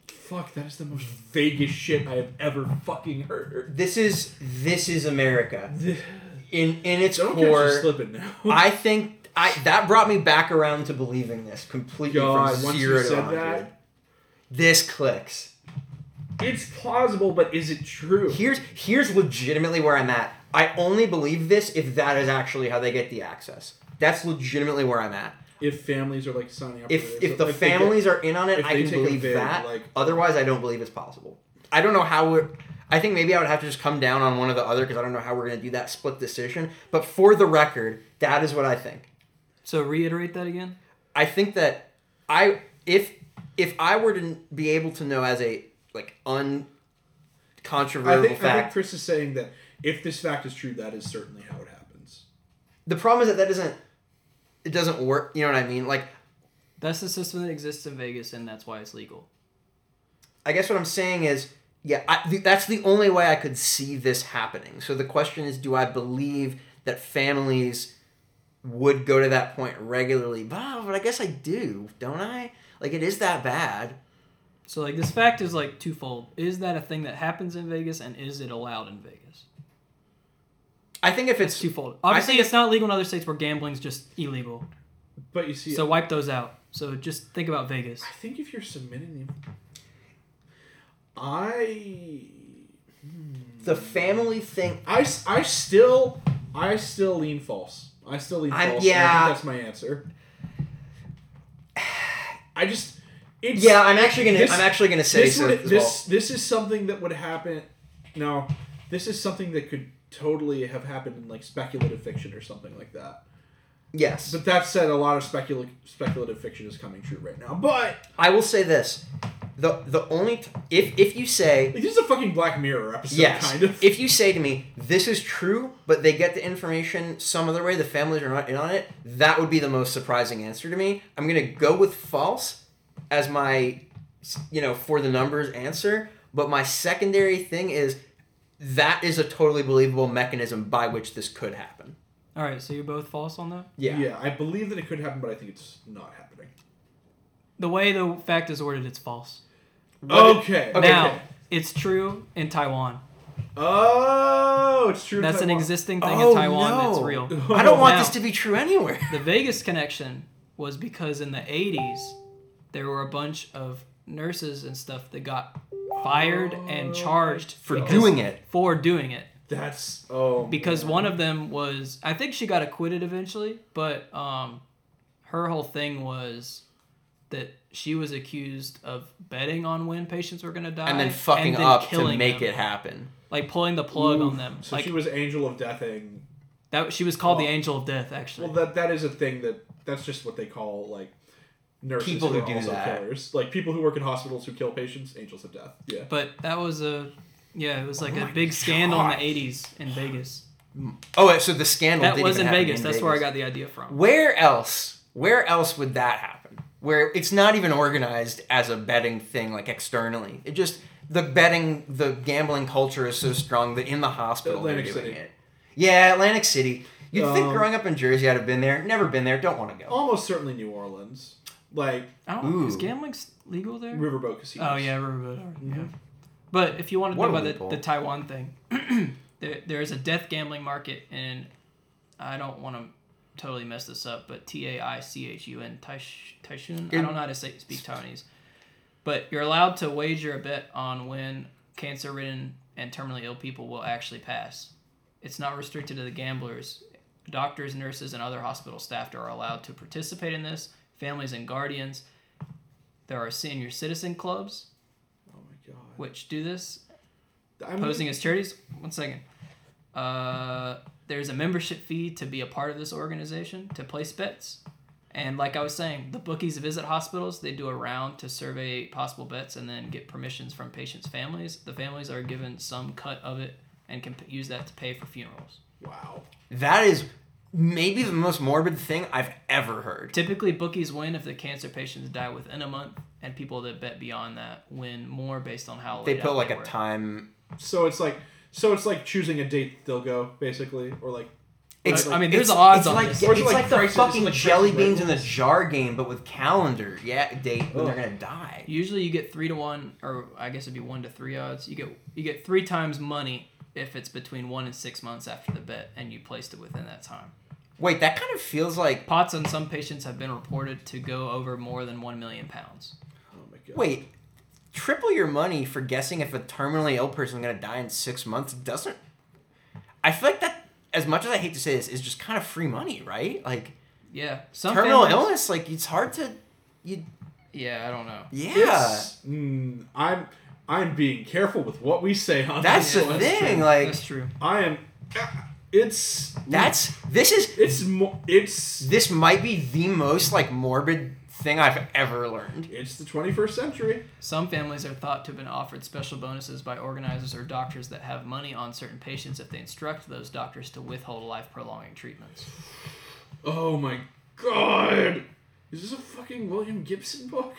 Fuck, that is the most vaguest shit I have ever fucking heard.
This is this is America in in its
Don't
core.
catch slipping now.
I think I that brought me back around to believing this completely
God,
from
once
zero
you
to
said
hundred.
that,
This clicks.
it's plausible, but is it true?
Here's here's legitimately where I'm at. I only believe this if that is actually how they get the access. That's legitimately where I'm at.
if families are like signing up, for
If
this,
if the
like, they get-
families are in on it,
if
I
they
can
take a
believe
bid,
that.
like-
Otherwise, I don't believe it's possible. I don't know how we're. I think maybe I would have to just come down on one or the other because I don't know how we're going to do that split decision. But for the record, that is what I think.
So reiterate that again.
I think that I if if I were to be able to know as a like
I
uncontrovertible
think, I think
fact,
Chris is saying that if this fact is true, that is certainly how it happens.
the problem is that that doesn't it doesn't work. You know what I mean? Like
That's the system that exists in Vegas, and that's why it's legal.
I guess what I'm saying is, yeah, I, th- that's the only way I could see this happening. So the question is, do I believe that families would go to that point regularly? But, oh, but I guess I do, don't I? Like it is that bad.
So like this fact is like twofold: is that a thing that happens in Vegas, and is it allowed in Vegas?
I think if it's
Twofold. Obviously,
think-
it's not legal in other states where gambling's just illegal.
But you see,
So wipe those out. So just think about Vegas.
I think if you're submitting the, I,
the family thing,
I, s- I still, I still lean false. I still lean false.
I'm-
and
yeah.
I think that's my answer. I just, it's
yeah, I'm actually gonna
This-
I'm actually gonna say
this
so.
would,
as well.
this this is something that would happen. No, this is something that could totally have happened in like speculative fiction or something like that.
Yes.
But that said, a lot of speculative speculative fiction is coming true right now. But
I will say this: the the only t- if if you say
like, this is a fucking Black Mirror episode,
yes,
kind of.
if you say to me this is true, but they get the information some other way, the families are not in on it, that would be the most surprising answer to me. I'm gonna go with false as my you know for the numbers answer, but my secondary thing is that is a totally believable mechanism by which this could happen.
All right, so you're both false on that.
yeah. I believe that it could happen, but I think it's not happening.
The way the fact is worded, it's false.
Okay.
Okay.
Now it's true in Taiwan.
Oh, it's true.
That's an
Taiwan.
existing thing
Oh,
in Taiwan that's
no.
real.
I don't want
Now-
this to be true anywhere.
The Vegas connection was because in the 80s, there were a bunch of nurses and stuff that got fired
Oh.
and charged
For
because-
doing it.
For doing it.
That's oh
Because
man.
one of them was, I think she got acquitted eventually, but um, her whole thing was that she was accused of betting on when patients were going to die
And then fucking
then
up to
killing
make
them.
it happen.
Like pulling the plug on them.
So
like
she was Angel of Deathing.
that, she was called the
Well-
Angel of Death, actually.
Well, that that is a thing that that's just what they call like nurses
People who
are
do
also
that.
killers, like people who work in hospitals who kill patients, Angels of Death. Yeah.
But that was a yeah, it was like a big scandal in the '80s in Vegas.
Oh, wait, so the scandal
That
did
was
even
in
happen
Vegas. That's where I got the idea from.
Where else? Where else would that happen? Where it's not even organized as a betting thing, like externally. It just the betting, the gambling culture is so strong that in the hospital
Atlantic
they're doing
City.
it. Yeah, Atlantic City. You'd think
Um,
growing up in Jersey, I'd have been there. Never been there. Don't want to go.
Almost certainly New Orleans, like
I don't know. Is
Ooh.
gambling s- legal there?
riverboat casinos.
Oh yeah, Riverboat. Yeah. But if you want to
What
talk
a
about the,
loophole.
the Taiwan thing, there, there is a death gambling market, and I don't want to totally mess this up, but T A I C H U N Taish- Taishun. I don't know how to say speak Taiwanese, but you're allowed to wager a bet on when cancer-ridden and terminally ill people will actually pass. It's not restricted to the gamblers. Doctors, nurses, and other hospital staff are allowed to participate in this. Families and guardians. There are senior citizen clubs
Oh my god.
which do this,
I'm
posing as charities. One second. Uh, there's a membership fee to be a part of this organization to place bets. And like I was saying, the bookies visit hospitals. They do a round to survey possible bets and then get permissions from patients' families. The families are given some cut of it and can p- use that to pay for funerals.
Wow.
That is maybe the most morbid thing I've ever heard.
Typically, bookies win if the cancer patients die within a month, and people that bet beyond that win more based on how
They
laid
put
out
like
they
a
were.
time.
So it's like so it's like choosing a date they'll go basically or like
It's,
I mean, there's
it's-
odds
it's
on
like,
this.
It's
Or is it
like,
like
the
prices-
fucking
is it like
jelly
prices
beans in the
labels?
jar game, but with calendar. Yeah, date when they're
Ugh.
gonna die.
Usually, you get three to one, or I guess it'd be one to three odds. You get you get three times money if it's between one and six months after the bet, and you placed it within that time.
Wait, that kind of feels like.
Pots on some patients have been reported to go over more than one million pounds.
oh my god.
Wait, triple your money for guessing if a terminally ill person's gonna die in six months doesn't. I feel like that. As much as I hate to say this, is just kind of free money, right? Like
Yeah, some
terminal
families-
illness, like it's hard to. You
Yeah, I don't know.
yeah.
It's- mm, I'm I'm being careful with what we say on
That's
this
the
one.
thing. Like
That's true.
I am it's
that's this is
it's mo- it's
this might be the most like morbid thing I've ever learned.
it's the 21st century.
Some families are thought to have been offered special bonuses by organizers or doctors that have money on certain patients if they instruct those doctors to withhold life prolonging treatments.
Oh my god. Is this a fucking William Gibson book?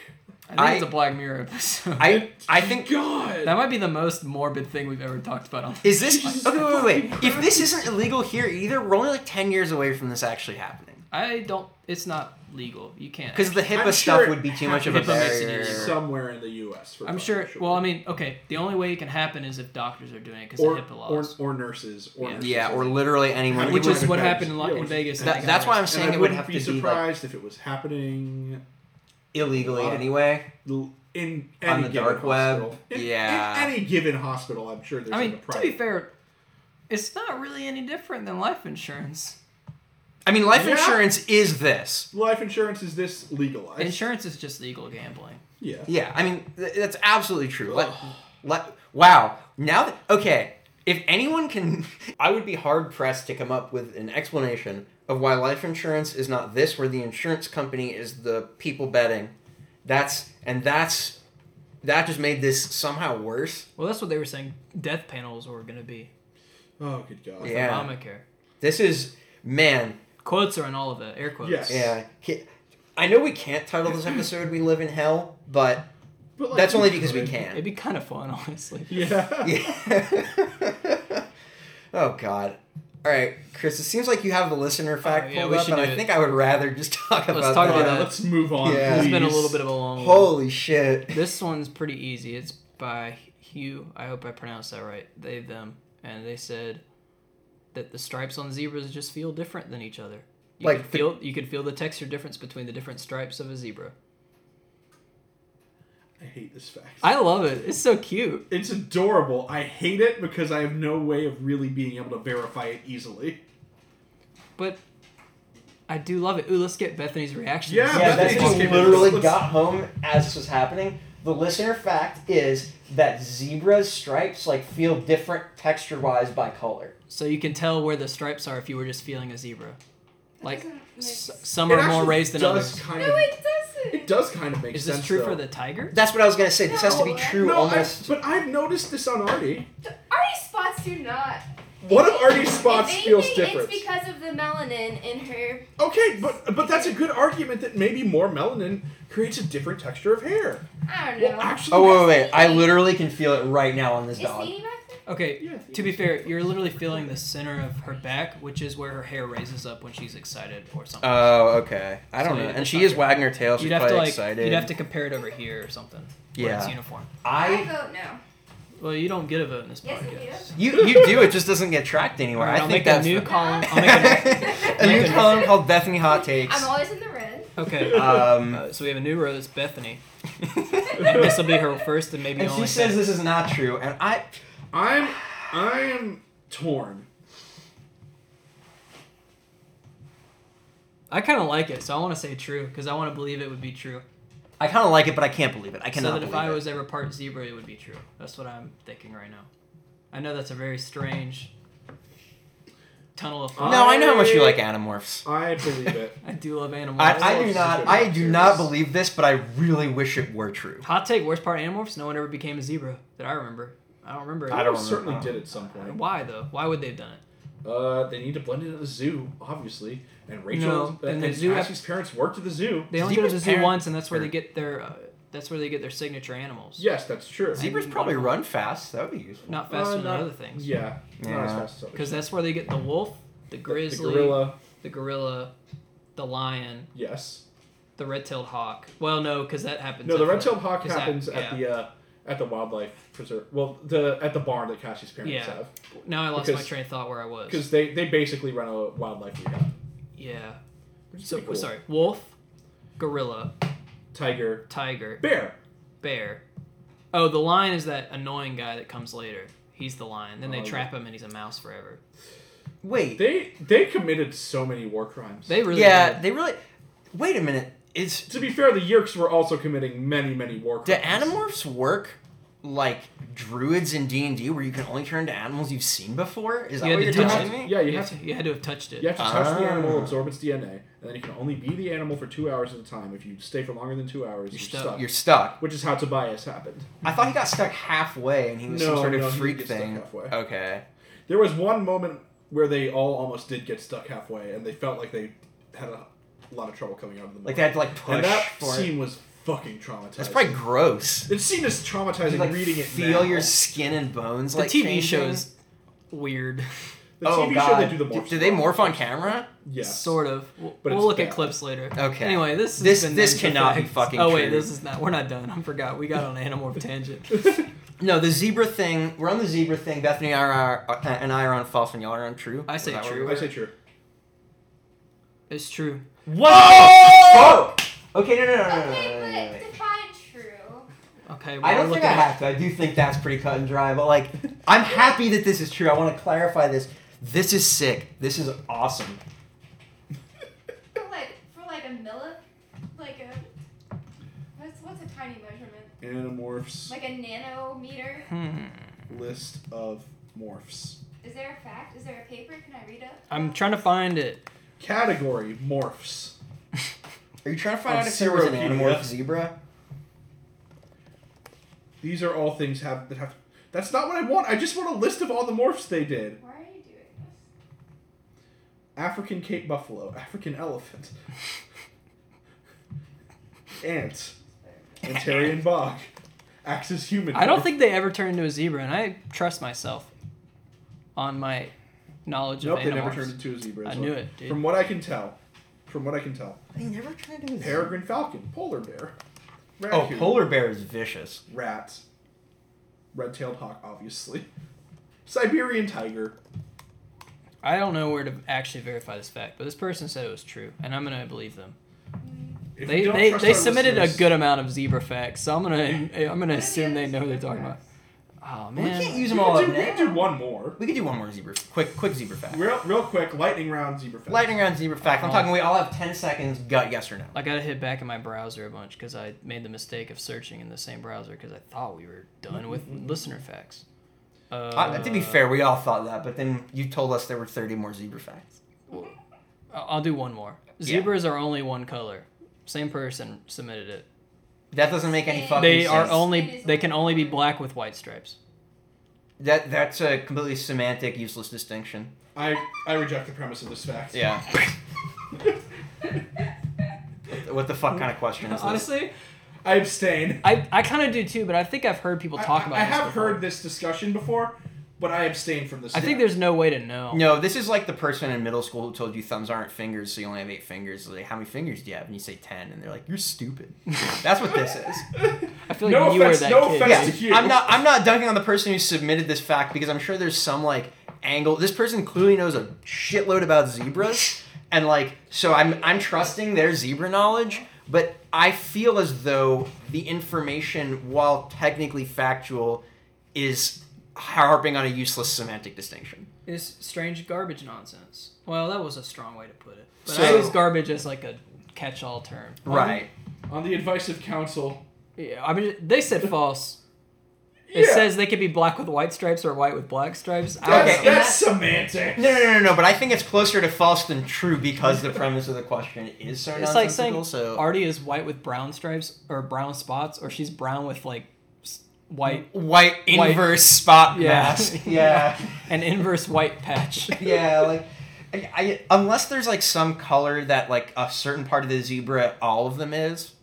I think
I-
it's a Black Mirror episode.
I I think
God.
that might be the most morbid thing we've ever talked about on
is this okay? Wait, wait, wait. If this isn't illegal here either, we're only like ten years away from this actually happening
I don't it's not legal. You can't
because the HIPAA
I'm
stuff
sure
would be
it
too much of a
happened. HIPAA makes it
barrier.
illegal.
somewhere in the US for
I'm
fucking
sure well I mean, okay, the only way it can happen is if doctors are doing it because of
or,
HIPAA
or,
laws.
or nurses or
Yeah.
nurses.
Yeah, or literally anyone.
It
which is
would've
what
been
happened in,
Vegas.
Lo-
Yeah,
in
it
Vegas. and
That,
they got
that's why I'm
arrested.
And
saying
I
it would
wouldn't
have
be
to be like,
surprised if it was happening
illegally
Wow.
anyway.
l- in any
On the
given
dark web.
hospital. In-
Yeah.
in any given hospital, I'm sure there's
I
like
mean,
a
to
private.
be fair, it's not really any different than life insurance.
I mean, life
Yeah.
insurance is this.
life insurance is this legalized?
Insurance is just legal gambling.
Yeah.
Yeah, I mean th- that's absolutely true. Let, let, wow. Now that okay, if anyone can, I would be hard pressed to come up with an explanation of why life insurance is not this, where the insurance company is the people betting. That's and that's that just made this somehow worse.
Well, that's what they were saying. Death panels were going to be
Oh, good God.
Yeah.
Obamacare.
This is man.
Quotes are in all of it. Air quotes.
Yes.
Yeah, Ki- I know we can't title this episode "We Live in Hell," but
But like,
that's
you
only because we
could.
can.
It'd be kind of fun, honestly.
Yeah.
Yeah. oh God. All right, Chris. It seems like you have the listener fact
Oh, yeah,
pulled
we
up,
should
and
do
I
it.
think I would rather just talk about
talk
that.
about
Yeah, let's move on.
Yeah.
Please.
It's been a little bit of a long one.
Holy shit!
This one's pretty easy. It's by Hugh. I hope I pronounced that right. They, them. And they said that the stripes on zebras just feel different than each other. You
Like
could
the-
feel you could feel the texture difference between the different stripes of a zebra.
I hate this fact.
I love it. It's so cute.
it's adorable. I hate it because I have no way of really being able to verify it easily.
But I do love it. Ooh, let's get Bethany's reaction.
Yeah, Bethany
Yeah, Bethany
just
just
came in.
literally
Let's-
got home as this was happening. The listener fact is that zebras' stripes like feel different texture-wise by color.
So you can tell where the stripes are if you were just feeling a zebra. Like s- some
It
are more
actually
raised than
does
others.
Kind
No,
of,
it doesn't.
it does kind of make
Is
sense.
this true
though.
for the tiger?
That's what I was gonna say. This has to be
No,
true
No, I,
almost.
but I've noticed this on Artie.
Artie's spots do not.
One of Artie's spots
If
feels
anything,
different.
It's because of the melanin in her.
Okay, but but that's a good argument that maybe more melanin creates a different texture of hair.
I don't know.
Well, actually,
Oh wait, wait, wait! I literally can feel it right now
Oh,
on this
Is
dog.
Sadie back there?
Okay,
Yeah.
to be fair, you're literally feeling the center of her back, which is where her hair raises up when she's excited or something.
Oh, okay. I don't
So,
know.
yeah,
And
that's
she
not
is
good.
wagging her tail. She's
you'd have
probably
to like
excited.
you'd have to compare it over here or something. Where it's
Yeah.
uniform.
I
I.
vote no.
Well, you don't get a vote in this
Yes,
podcast.
I
You you do. It just doesn't get tracked anywhere.
Alright,
I
I'll
think
make
that's
a new
the-
column. I'll make a
a
make
new
a-
column called Bethany Hot
do.
Takes.
I'm always in the red.
okay.
Um,
Uh, so we have a new row. That's Bethany. And this will be her first and maybe
and
only.
she says
second.
this is not true, and I.
I'm I'm torn.
I kind of like it, so I want to say true because I want to believe it would be true.
I kind of like it, but I can't believe it. I cannot
so that if
believe
I
it.
was ever part zebra, it would be true. That's what I'm thinking right now. I know that's a very strange tunnel of thought.
no, I know how much you like Animorphs.
I believe it.
I do love animals.
I, I
Animorphs
do
is
not.
good.
I do not
Serious.
believe this, but I really wish it were true.
Hot take: worst part animorphs. No one ever became a zebra that I remember. I I don't remember. it.
I
don't
certainly
remember.
did at some point.
Why though? Why would they've done it?
Uh, they need to blend in at the zoo, obviously. And Rachel
No,
and,
and the
and
zoo-
Cassie's parents worked at the zoo.
They only
Zebra
go to the zoo
parent-
once, and that's where they get their. Uh, that's where they get their signature animals.
Yes, that's true.
Zebras probably run fast. That would be useful.
Not
Uh,
faster than
not-
other things.
Yeah, not as
Yeah.
fast as others.
Because that's where they get the wolf, the grizzly,
the gorilla.
the gorilla, the lion,
Yes.
the red-tailed hawk. Well, no, because that happens.
No, the
after-
red-tailed hawk
'cause that-
happens at
yeah.
the uh, at the wildlife preserve. Well, the at the barn that Cassie's parents
Yeah.
have
Now I lost my
because-
train of thought where I was.
because they they basically run a wildlife rehab.
Yeah.
Which is
So
pretty cool.
sorry, wolf, gorilla,
Tiger,
tiger,
bear.
bear. Oh, the lion is that annoying guy that comes later. He's the lion. Then they
Oh,
trap him and he's a mouse forever.
Wait.
They they committed so many war crimes.
They really
yeah,
did.
they really. Wait a minute. Is
to be fair, the Yerks were also committing many many war
do
crimes.
animorphs work like druids in D and D, where you can only turn to animals you've seen before? Is that
Yeah,
what
they
you're
do
telling
that.
me?
Yeah, you
you,
have
have to, you had to have touched it.
You have to touch the
Ah.
animal, absorb its DNA, and then you can only be the animal for two hours at a time. If you stay for longer than two hours, you're,
stuck.
stuck.
You're stuck.
Which is how Tobias happened.
I thought he got stuck halfway, and he was
No,
some sort of
no, he
freak
gets stuck
thing.
halfway.
Okay.
There was one moment where they all almost did get stuck halfway, and they felt like they had a lot of trouble coming out of the.
Like they had to like push
and that
for it.
scene was fucking traumatizing.
That's probably gross.
It's seen as traumatizing
You, like,
reading it.
feel
now.
your skin and bones
The
like
TV
changing.
show is weird.
the
oh
TV
god!
show they do the
do,
morph.
do they morph on camera?
Yes.
Sort of. We'll,
But
we'll
it's
look at
bad.
clips later.
Okay.
Anyway, this has
This-
been
this
Names of
cannot be
Facts.
fucking
Oh wait,
true.
this is not. We're not done. I forgot. We got on Animorph tangent.
No, the zebra thing. We're on the zebra thing. Bethany and I are, uh, and I are on false, and y'all are on true.
I
Is
say
that what
true.
I say true.
It's true.
we- Whoa! Okay, no, no, no, no, no, no, no, no, no,
Okay,
no.
Uh.
but define true.
Okay. Well,
I
we're
don't think
looking
I
at-
have to. I do think that's pretty cut and dry. But like, I'm happy that this is true. I want to clarify this. This is sick. This is awesome.
For like for like a millip, like a what's what's a tiny measurement?
Animorphs
Like a nanometer.
Hmm.
list of morphs.
Is there a fact? Is there a paper? Can I read it?
I'm trying to find it.
Category morphs.
Are you trying to find
On
out if there was an
Ceropedia.
animorph zebra?
These are all things have that have. That's not what I want. I just want a list of all the morphs they did.
Why are you doing this?
African Cape Buffalo, African Elephant, Ant, Antarian Bog, Axis Human.
I don't think they ever turn into a zebra, and I trust myself on my knowledge
Nope,
of
they
animorphs.
never turned into a zebra.
I
So
knew it, dude.
From what I can tell, from what I can tell,
They never tried to.
peregrine falcon, polar bear,
Oh,
raccoon,
polar bear is vicious.
rat, red-tailed hawk, obviously, Siberian tiger.
I don't know where to actually verify this fact, but this person said it was true, and I'm gonna believe them.
If
They
you don't
they,
trust
they
our
submitted a
listeners-
good amount of zebra facts, so I'm gonna I'm gonna
What if
assume
you
they
have
know what they're
zebra
talking about.
facts?
Oh
We
man.
can't use
We
them all
could
up
do, we
now.
could do one more.
We could do one more zebra. Quick, quick zebra fact.
Real, real quick, lightning round zebra fact.
Lightning round zebra fact. I'm talking. We all have ten seconds. Gut yes or no.
I gotta hit back in my browser a bunch because I made the mistake of searching in the same browser because I thought we were done with listener facts. Uh,
I, to be fair, we all thought that, but then you told us there were thirty more zebra facts.
I- Uh, I'll do one more.
Yeah.
Zebras are only one color. Same person submitted it.
That doesn't make any fucking
They
sense.
are
Yes. It
only
is
they can
only
only be
one.
black with white stripes.
That that's a completely semantic, useless distinction.
I, I reject the premise of this fact.
Yeah. what the fuck kind of question is this?
Honestly,
I abstain.
I, I kind of do too, but I think I've heard people
I-
talk
I,
about.
I
this
have
before.
heard this discussion before, but I abstain from this.
I think there's no way to know.
No, this is like the person in middle school who told you thumbs aren't fingers, so you only have eight fingers. Like, how many fingers do you have? And you say ten, and they're like, "You're stupid." That's what this is.
I feel like
No
you
offense-
were that
no
kid.
offense.
Yeah,
That's you.
I'm not. I'm not dunking on the person who submitted this fact because I'm sure there's some like angle. This person clearly knows a shitload about zebras, and like, so I'm I'm trusting their zebra knowledge. But I feel as though the information, while technically factual, is harping on a useless semantic distinction.
It's strange garbage nonsense. Well, that was a strong way to put it. But I
So-
use garbage as like a catch-all term.
Right.
on the advice of counsel.
Yeah, I mean, they said false. It
Yeah.
says they could be black with white stripes or white with black stripes. I don't
That's,
Okay.
know.
that's semantics.
No, no, no, no, no. But I think it's closer to false than true because the premise of the question is so
It's like
nonsensical.
saying
so
Artie is white with brown stripes or brown spots, or she's brown with like s- white
white
White-
inverse spot
Yeah.
mask. Yeah.
an inverse white patch.
yeah, like I, I, unless there's like some color that like a certain part of the zebra, all of them is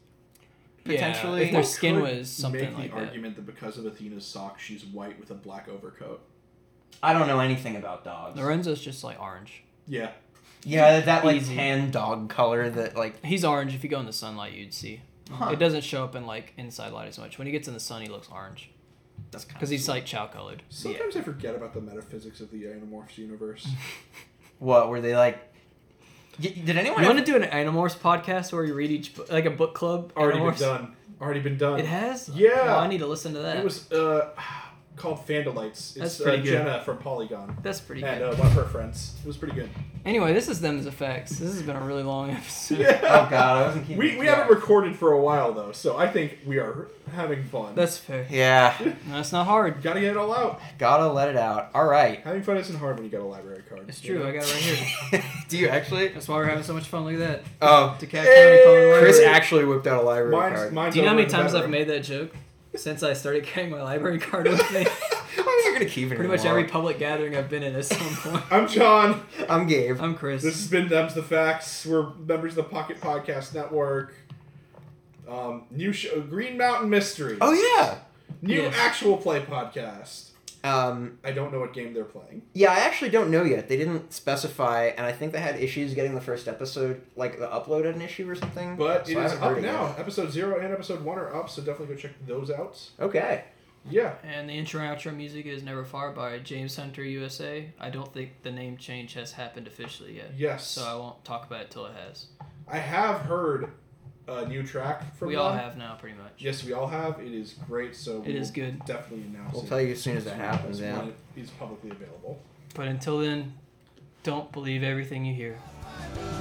Yeah,
potentially.
if their skin
Could
was something
make the
like that.
argument that. because of Athena's sock, she's white with a black overcoat.
I don't know anything about dogs.
Lorenzo's just like orange.
Yeah,
Yeah, that like
Easy.
tan dog color that like
He's orange. If you go in the sunlight, you'd see.
Huh.
It doesn't show up in like inside light as much. When he gets in the sun, he looks orange
that's kind
because he's like chow colored.
sometimes I forget about the metaphysics of the Animorphs universe.
what were they like? Y- did anyone?
You want
ever-
to do an Animorphs podcast where you read each bu- like a book club?
Already been
Animorphs?
done. Already been done.
It has.
Yeah.
Well, I need to listen to that.
It was uh, called Fandalites. It's
That's
uh,
pretty good.
Jenna from Polygon
That's pretty
and
good.
uh, one of her friends. It was pretty good.
Anyway, this is them's effects. This has been a really long episode.
Yeah.
Oh god, I wasn't keeping.
We, we
track.
haven't recorded for a while though, so I think we are having fun.
That's fair.
Yeah,
No, that's not hard.
gotta get it all out.
gotta let it out. All right.
Having fun isn't hard when you got a library card.
It's
you
true.
know?
I got it right here.
do you actually?
That's why we're having so much fun. Look at that.
Oh,
DeKalb County
Hey!
Culinary.
Chris actually whipped out a library
Mine's,
card.
mine's
Do you know how
over
many
in the
times I've
bedroom.
made that joke since I started carrying my library card with me?
I'm not gonna keep it.
Pretty much every public gathering I've been in at some point.
I'm John.
every. I'm Gabe.
I'm Chris.
This has been Them's the Facts. We're members of the Pocket Podcast Network. Um, new show, Green Mountain Mystery.
Oh
new
yes.
actual play podcast.
yeah. Um,
I don't know what game they're playing.
yeah, I actually don't know yet. They didn't specify, and I think they had issues getting the first episode, like the upload had an issue or something.
But
so
it
I
is
haven't heard
up
it yet.
now. Episode zero and episode one are up, so definitely go check those out.
Okay.
Yeah.
and the intro and outro music is Never Far by James Hunter USA. I don't think the name change has happened officially yet.
Yes.
So I won't talk about it till it has.
I have heard a new track from
we all
them.
have now, pretty much.
Yes, we all have. It is great. So
It is
will
good.
Definitely announce.
We'll
it
tell you as soon as that happens,
when
yeah.
it is publicly available.
But until then, don't believe everything you hear.
Bye.